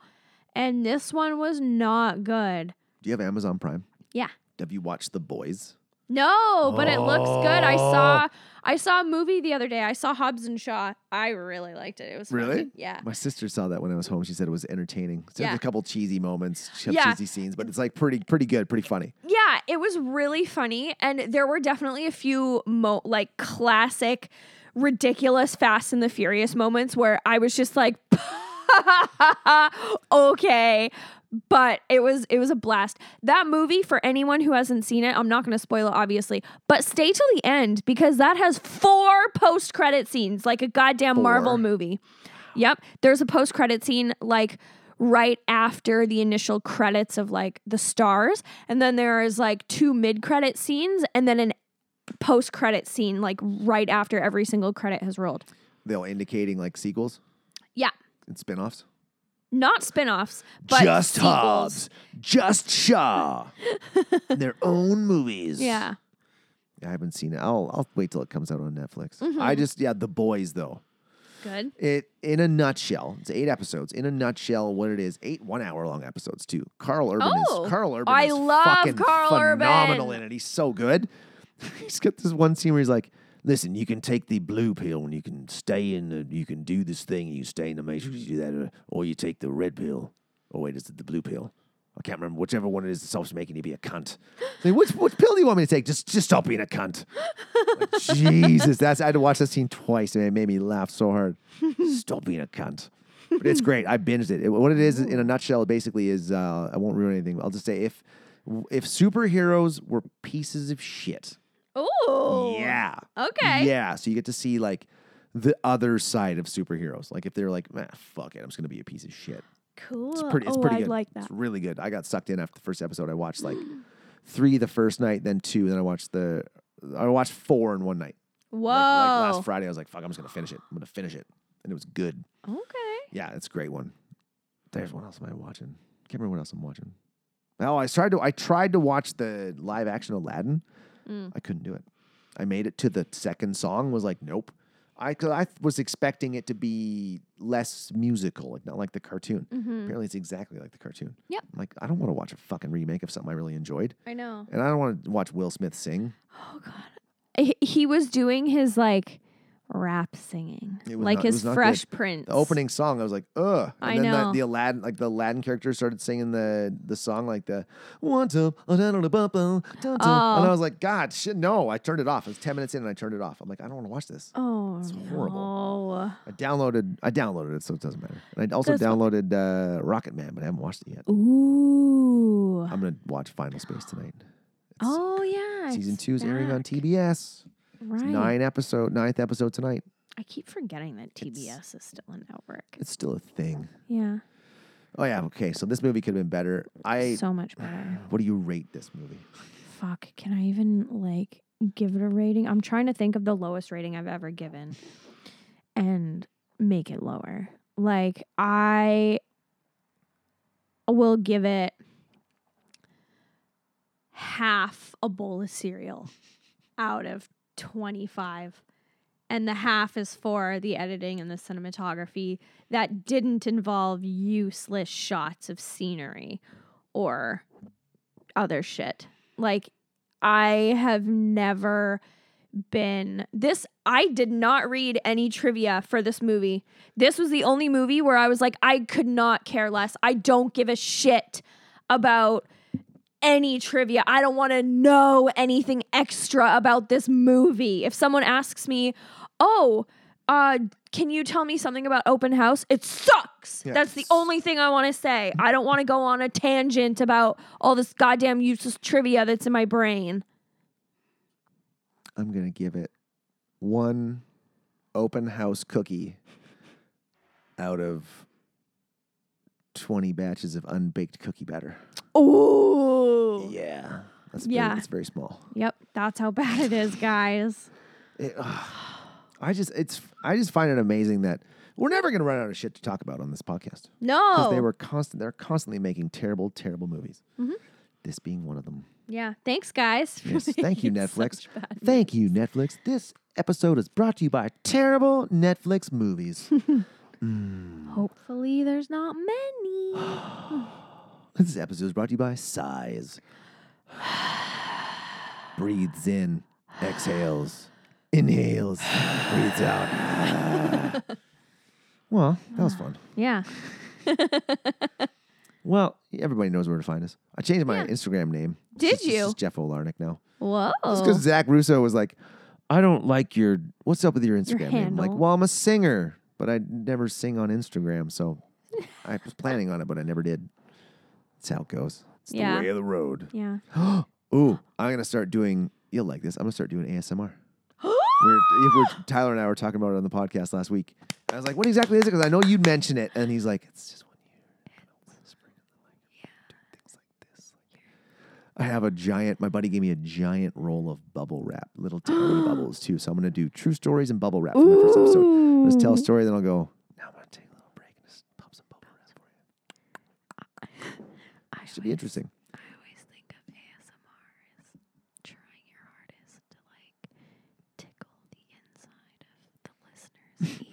Speaker 1: And this one was not good.
Speaker 2: Do you have Amazon Prime?
Speaker 1: Yeah.
Speaker 2: Have you watched The Boys?
Speaker 1: No, but it looks good. I
Speaker 2: Oh.
Speaker 1: saw I saw a movie the other day. I saw Hobbs and Shaw. I really liked it. It was
Speaker 2: Really?
Speaker 1: fucking- yeah.
Speaker 2: My sister saw that when I was home. She said it was entertaining. So there's
Speaker 1: Yeah.
Speaker 2: a couple cheesy moments, she had
Speaker 1: Yeah.
Speaker 2: cheesy scenes, but it's like pretty, pretty good, pretty funny.
Speaker 1: Yeah, it was really funny and there were definitely a few mo- like classic ridiculous Fast and the Furious moments where I was just like okay, but it was it was a blast. That movie for anyone who hasn't seen it, I'm not going to spoil it obviously, but stay till the end because that has four post-credit scenes like a goddamn Marvel
Speaker 2: Four.
Speaker 1: movie. Yep. There's a post credit scene like right after the initial credits of like the stars. And then there is like two mid credit scenes and then an post credit scene like right after every single credit has rolled.
Speaker 2: They'll indicating like sequels
Speaker 1: Yeah.
Speaker 2: and spin-offs.
Speaker 1: Not spin offs, but
Speaker 2: just
Speaker 1: sequels.
Speaker 2: Hobbs, just Shaw, their own movies.
Speaker 1: Yeah.
Speaker 2: I haven't seen it. I'll I'll wait till it comes out on Netflix.
Speaker 1: Mm-hmm.
Speaker 2: I just yeah, The Boys though.
Speaker 1: Good.
Speaker 2: It in a nutshell, it's eight episodes. In a nutshell, what it is, eight one hour long episodes too. Carl Urban
Speaker 1: Oh,
Speaker 2: is Carl Urban.
Speaker 1: I
Speaker 2: is
Speaker 1: love
Speaker 2: fucking
Speaker 1: Carl Urban.
Speaker 2: phenomenal in it. He's so good. he's got this one scene where he's like, "Listen, you can take the blue pill and you can stay in the, you can do this thing and you stay in the matrix, you do that, or, or you take the red pill. Oh wait, is it the blue pill? I can't remember whichever one it is that stops making you be a cunt. It's Like, which which pill do you want me to take? Just just stop being a cunt. Like, Jesus, that's I had to watch that scene twice and it made me laugh so hard. Stop being a cunt. But
Speaker 1: Hmm.
Speaker 2: it's great. I binged it. It- What it is in a nutshell, it basically is uh, I won't ruin anything. But I'll just say if if superheroes were pieces of shit,
Speaker 1: Oh.
Speaker 2: yeah,
Speaker 1: Okay.
Speaker 2: yeah. So you get to see like the other side of superheroes. Like if they're like, man, fuck it, I'm just gonna be a piece of shit.
Speaker 1: Cool.
Speaker 2: It's pretty. It's
Speaker 1: oh,
Speaker 2: pretty
Speaker 1: I
Speaker 2: good.
Speaker 1: like that.
Speaker 2: It's really good. I got sucked in after the first episode. I watched like three the first night, then two, then I watched the. I watched four in one night.
Speaker 1: Whoa.
Speaker 2: Like, like last Friday, I was like, "Fuck, I'm just gonna finish it. I'm gonna finish it," and it was good.
Speaker 1: okay.
Speaker 2: Yeah, it's a great one. There's one else am I watching? Can't remember what else I'm watching. Oh, I tried to. I tried to watch the live action Aladdin.
Speaker 1: Mm.
Speaker 2: I couldn't do it. I made it to the second song. Was like, nope. I 'cause I was expecting it to be less musical, like not like the cartoon.
Speaker 1: Mm-hmm.
Speaker 2: Apparently, it's exactly like the cartoon.
Speaker 1: Yep.
Speaker 2: I'm like, I don't want to watch a fucking remake of something I really enjoyed,
Speaker 1: I know.
Speaker 2: and I don't want to watch Will Smith sing.
Speaker 1: Oh god. He- He was doing his like rap singing.
Speaker 2: It was
Speaker 1: like
Speaker 2: not- it
Speaker 1: his
Speaker 2: was not
Speaker 1: Fresh
Speaker 2: good.
Speaker 1: Prince.
Speaker 2: The opening song, I was like, ugh. And
Speaker 1: I
Speaker 2: then
Speaker 1: know.
Speaker 2: The, the Aladdin, like the Aladdin character started singing the the song like the one two, oh, da, da, da, ba, ba, da, da. and
Speaker 1: Oh.
Speaker 2: I was like, God, shit, no! I turned it off. It was ten minutes in, and I turned it off. I'm like, I don't want to watch this.
Speaker 1: Oh,
Speaker 2: It's
Speaker 1: no.
Speaker 2: horrible. I downloaded, I downloaded it, so it doesn't matter. And I also
Speaker 1: That's fine.
Speaker 2: downloaded uh, Rocket Man, but I haven't watched it yet.
Speaker 1: Ooh.
Speaker 2: I'm gonna watch Final Space tonight. It's-
Speaker 1: Oh yeah.
Speaker 2: season
Speaker 1: it's
Speaker 2: two is airing on
Speaker 1: back.
Speaker 2: TBS.
Speaker 1: Right.
Speaker 2: It's nine episode, ninth episode tonight.
Speaker 1: I keep forgetting that
Speaker 2: It's-
Speaker 1: TBS is still a network.
Speaker 2: It's still a thing.
Speaker 1: Yeah.
Speaker 2: Oh yeah, okay. So this movie could have been better. I
Speaker 1: so much better.
Speaker 2: What do you rate this movie?
Speaker 1: Fuck. Can I even like give it a rating? I'm trying to think of the lowest rating I've ever given and make it lower. Like I will give it half a bowl of cereal out of 25. And the half is for the editing and the cinematography that didn't involve useless shots of scenery or other shit. Like, I have never been this I did not read any trivia for this movie. This was the only movie where I was like I could not care less. I don't give a shit about any trivia. I don't want to know anything extra about this movie. If someone asks me, "Oh, uh can you tell me something about Open House?" It sucks.
Speaker 2: Yeah.
Speaker 1: That's the only thing I want to say. I don't want to go on a tangent about all this goddamn useless trivia that's in my brain.
Speaker 2: I'm gonna give it one open house cookie out of twenty batches of unbaked cookie batter.
Speaker 1: Ooh.
Speaker 2: Yeah. That's
Speaker 1: Yeah.
Speaker 2: Very, it's very small.
Speaker 1: Yep, that's how bad it is, guys.
Speaker 2: It- ugh. I just it's I just find it amazing that we're never going to run out of shit to talk about on this podcast because
Speaker 1: No.
Speaker 2: they were constant. They're constantly making terrible, terrible movies.
Speaker 1: Mm-hmm.
Speaker 2: This being one of them.
Speaker 1: yeah. Thanks, guys. for
Speaker 2: Yes, thank you,
Speaker 1: making
Speaker 2: Netflix.
Speaker 1: such bad-
Speaker 2: Thank you, Netflix. This episode is brought to you by terrible Netflix movies.
Speaker 1: Hopefully, there's not many.
Speaker 2: this episode is brought to you by Sighs. Breathes in, exhales, inhales, breathes out. well, that was fun.
Speaker 1: yeah.
Speaker 2: Well, everybody knows where to find us. I changed my
Speaker 1: Yeah.
Speaker 2: Instagram name. It's
Speaker 1: Did
Speaker 2: just- it's
Speaker 1: you? Oh.
Speaker 2: just Jeff Olarnik now.
Speaker 1: Whoa.
Speaker 2: It's because Zach Russo was like, I don't like your, what's up with your Instagram
Speaker 1: Your
Speaker 2: name? I'm like,
Speaker 1: handle.
Speaker 2: well, I'm a singer, but I never sing on Instagram. So I was planning on it, but I never did. That's how it goes. It's
Speaker 1: Yeah.
Speaker 2: the way of the road.
Speaker 1: Yeah.
Speaker 2: Ooh, I'm going to start doing, you'll like this. I'm going to start doing ASMR. We're, if we're, Tyler and I were talking about it on the podcast last week. I was like, what exactly is it? Because I know you'd mention it. And he's like, it's just when you're whispering in the microphone, doing things like this. I have a giant, my buddy gave me a giant roll of bubble wrap, little tiny bubbles too. So I'm going to do true stories and bubble wrap for my first episode. Let's tell a story, then I'll go, now I'm going to take a little break and just pop some bubble wrap for you.
Speaker 1: I
Speaker 2: Should be interesting.
Speaker 1: I always think of ASMR as trying your hardest to like tickle the inside of the listener's ears.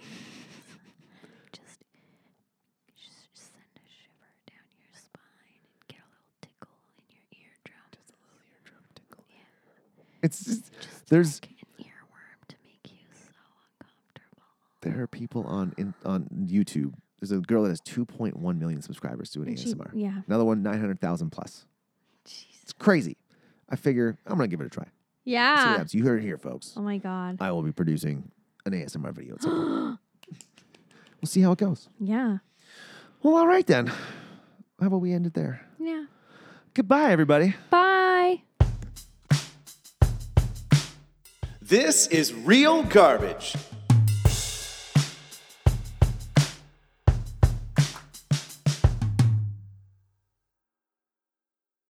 Speaker 1: just, just send a shiver down your spine and get a little tickle in your eardrum. Just a little eardrum tickle. Yeah.
Speaker 2: It's just,
Speaker 1: Just
Speaker 2: there's,
Speaker 1: like an earworm to make you so uncomfortable.
Speaker 2: there are people on in, on YouTube. There's a girl that has 2.1 million subscribers doing
Speaker 1: And she-
Speaker 2: ASMR.
Speaker 1: yeah.
Speaker 2: Another one 900,000 plus.
Speaker 1: Jesus.
Speaker 2: It's crazy. I figure I'm gonna give it a try. See what
Speaker 1: Yeah.
Speaker 2: happens. You heard it here, folks.
Speaker 1: Ah. Oh my god.
Speaker 2: I will be producing an ASMR video. at some point. we'll see how it goes.
Speaker 1: Yeah.
Speaker 2: Well, all right then. How about we end it there?
Speaker 1: Yeah.
Speaker 2: Goodbye, everybody.
Speaker 1: Bye.
Speaker 3: This is real garbage.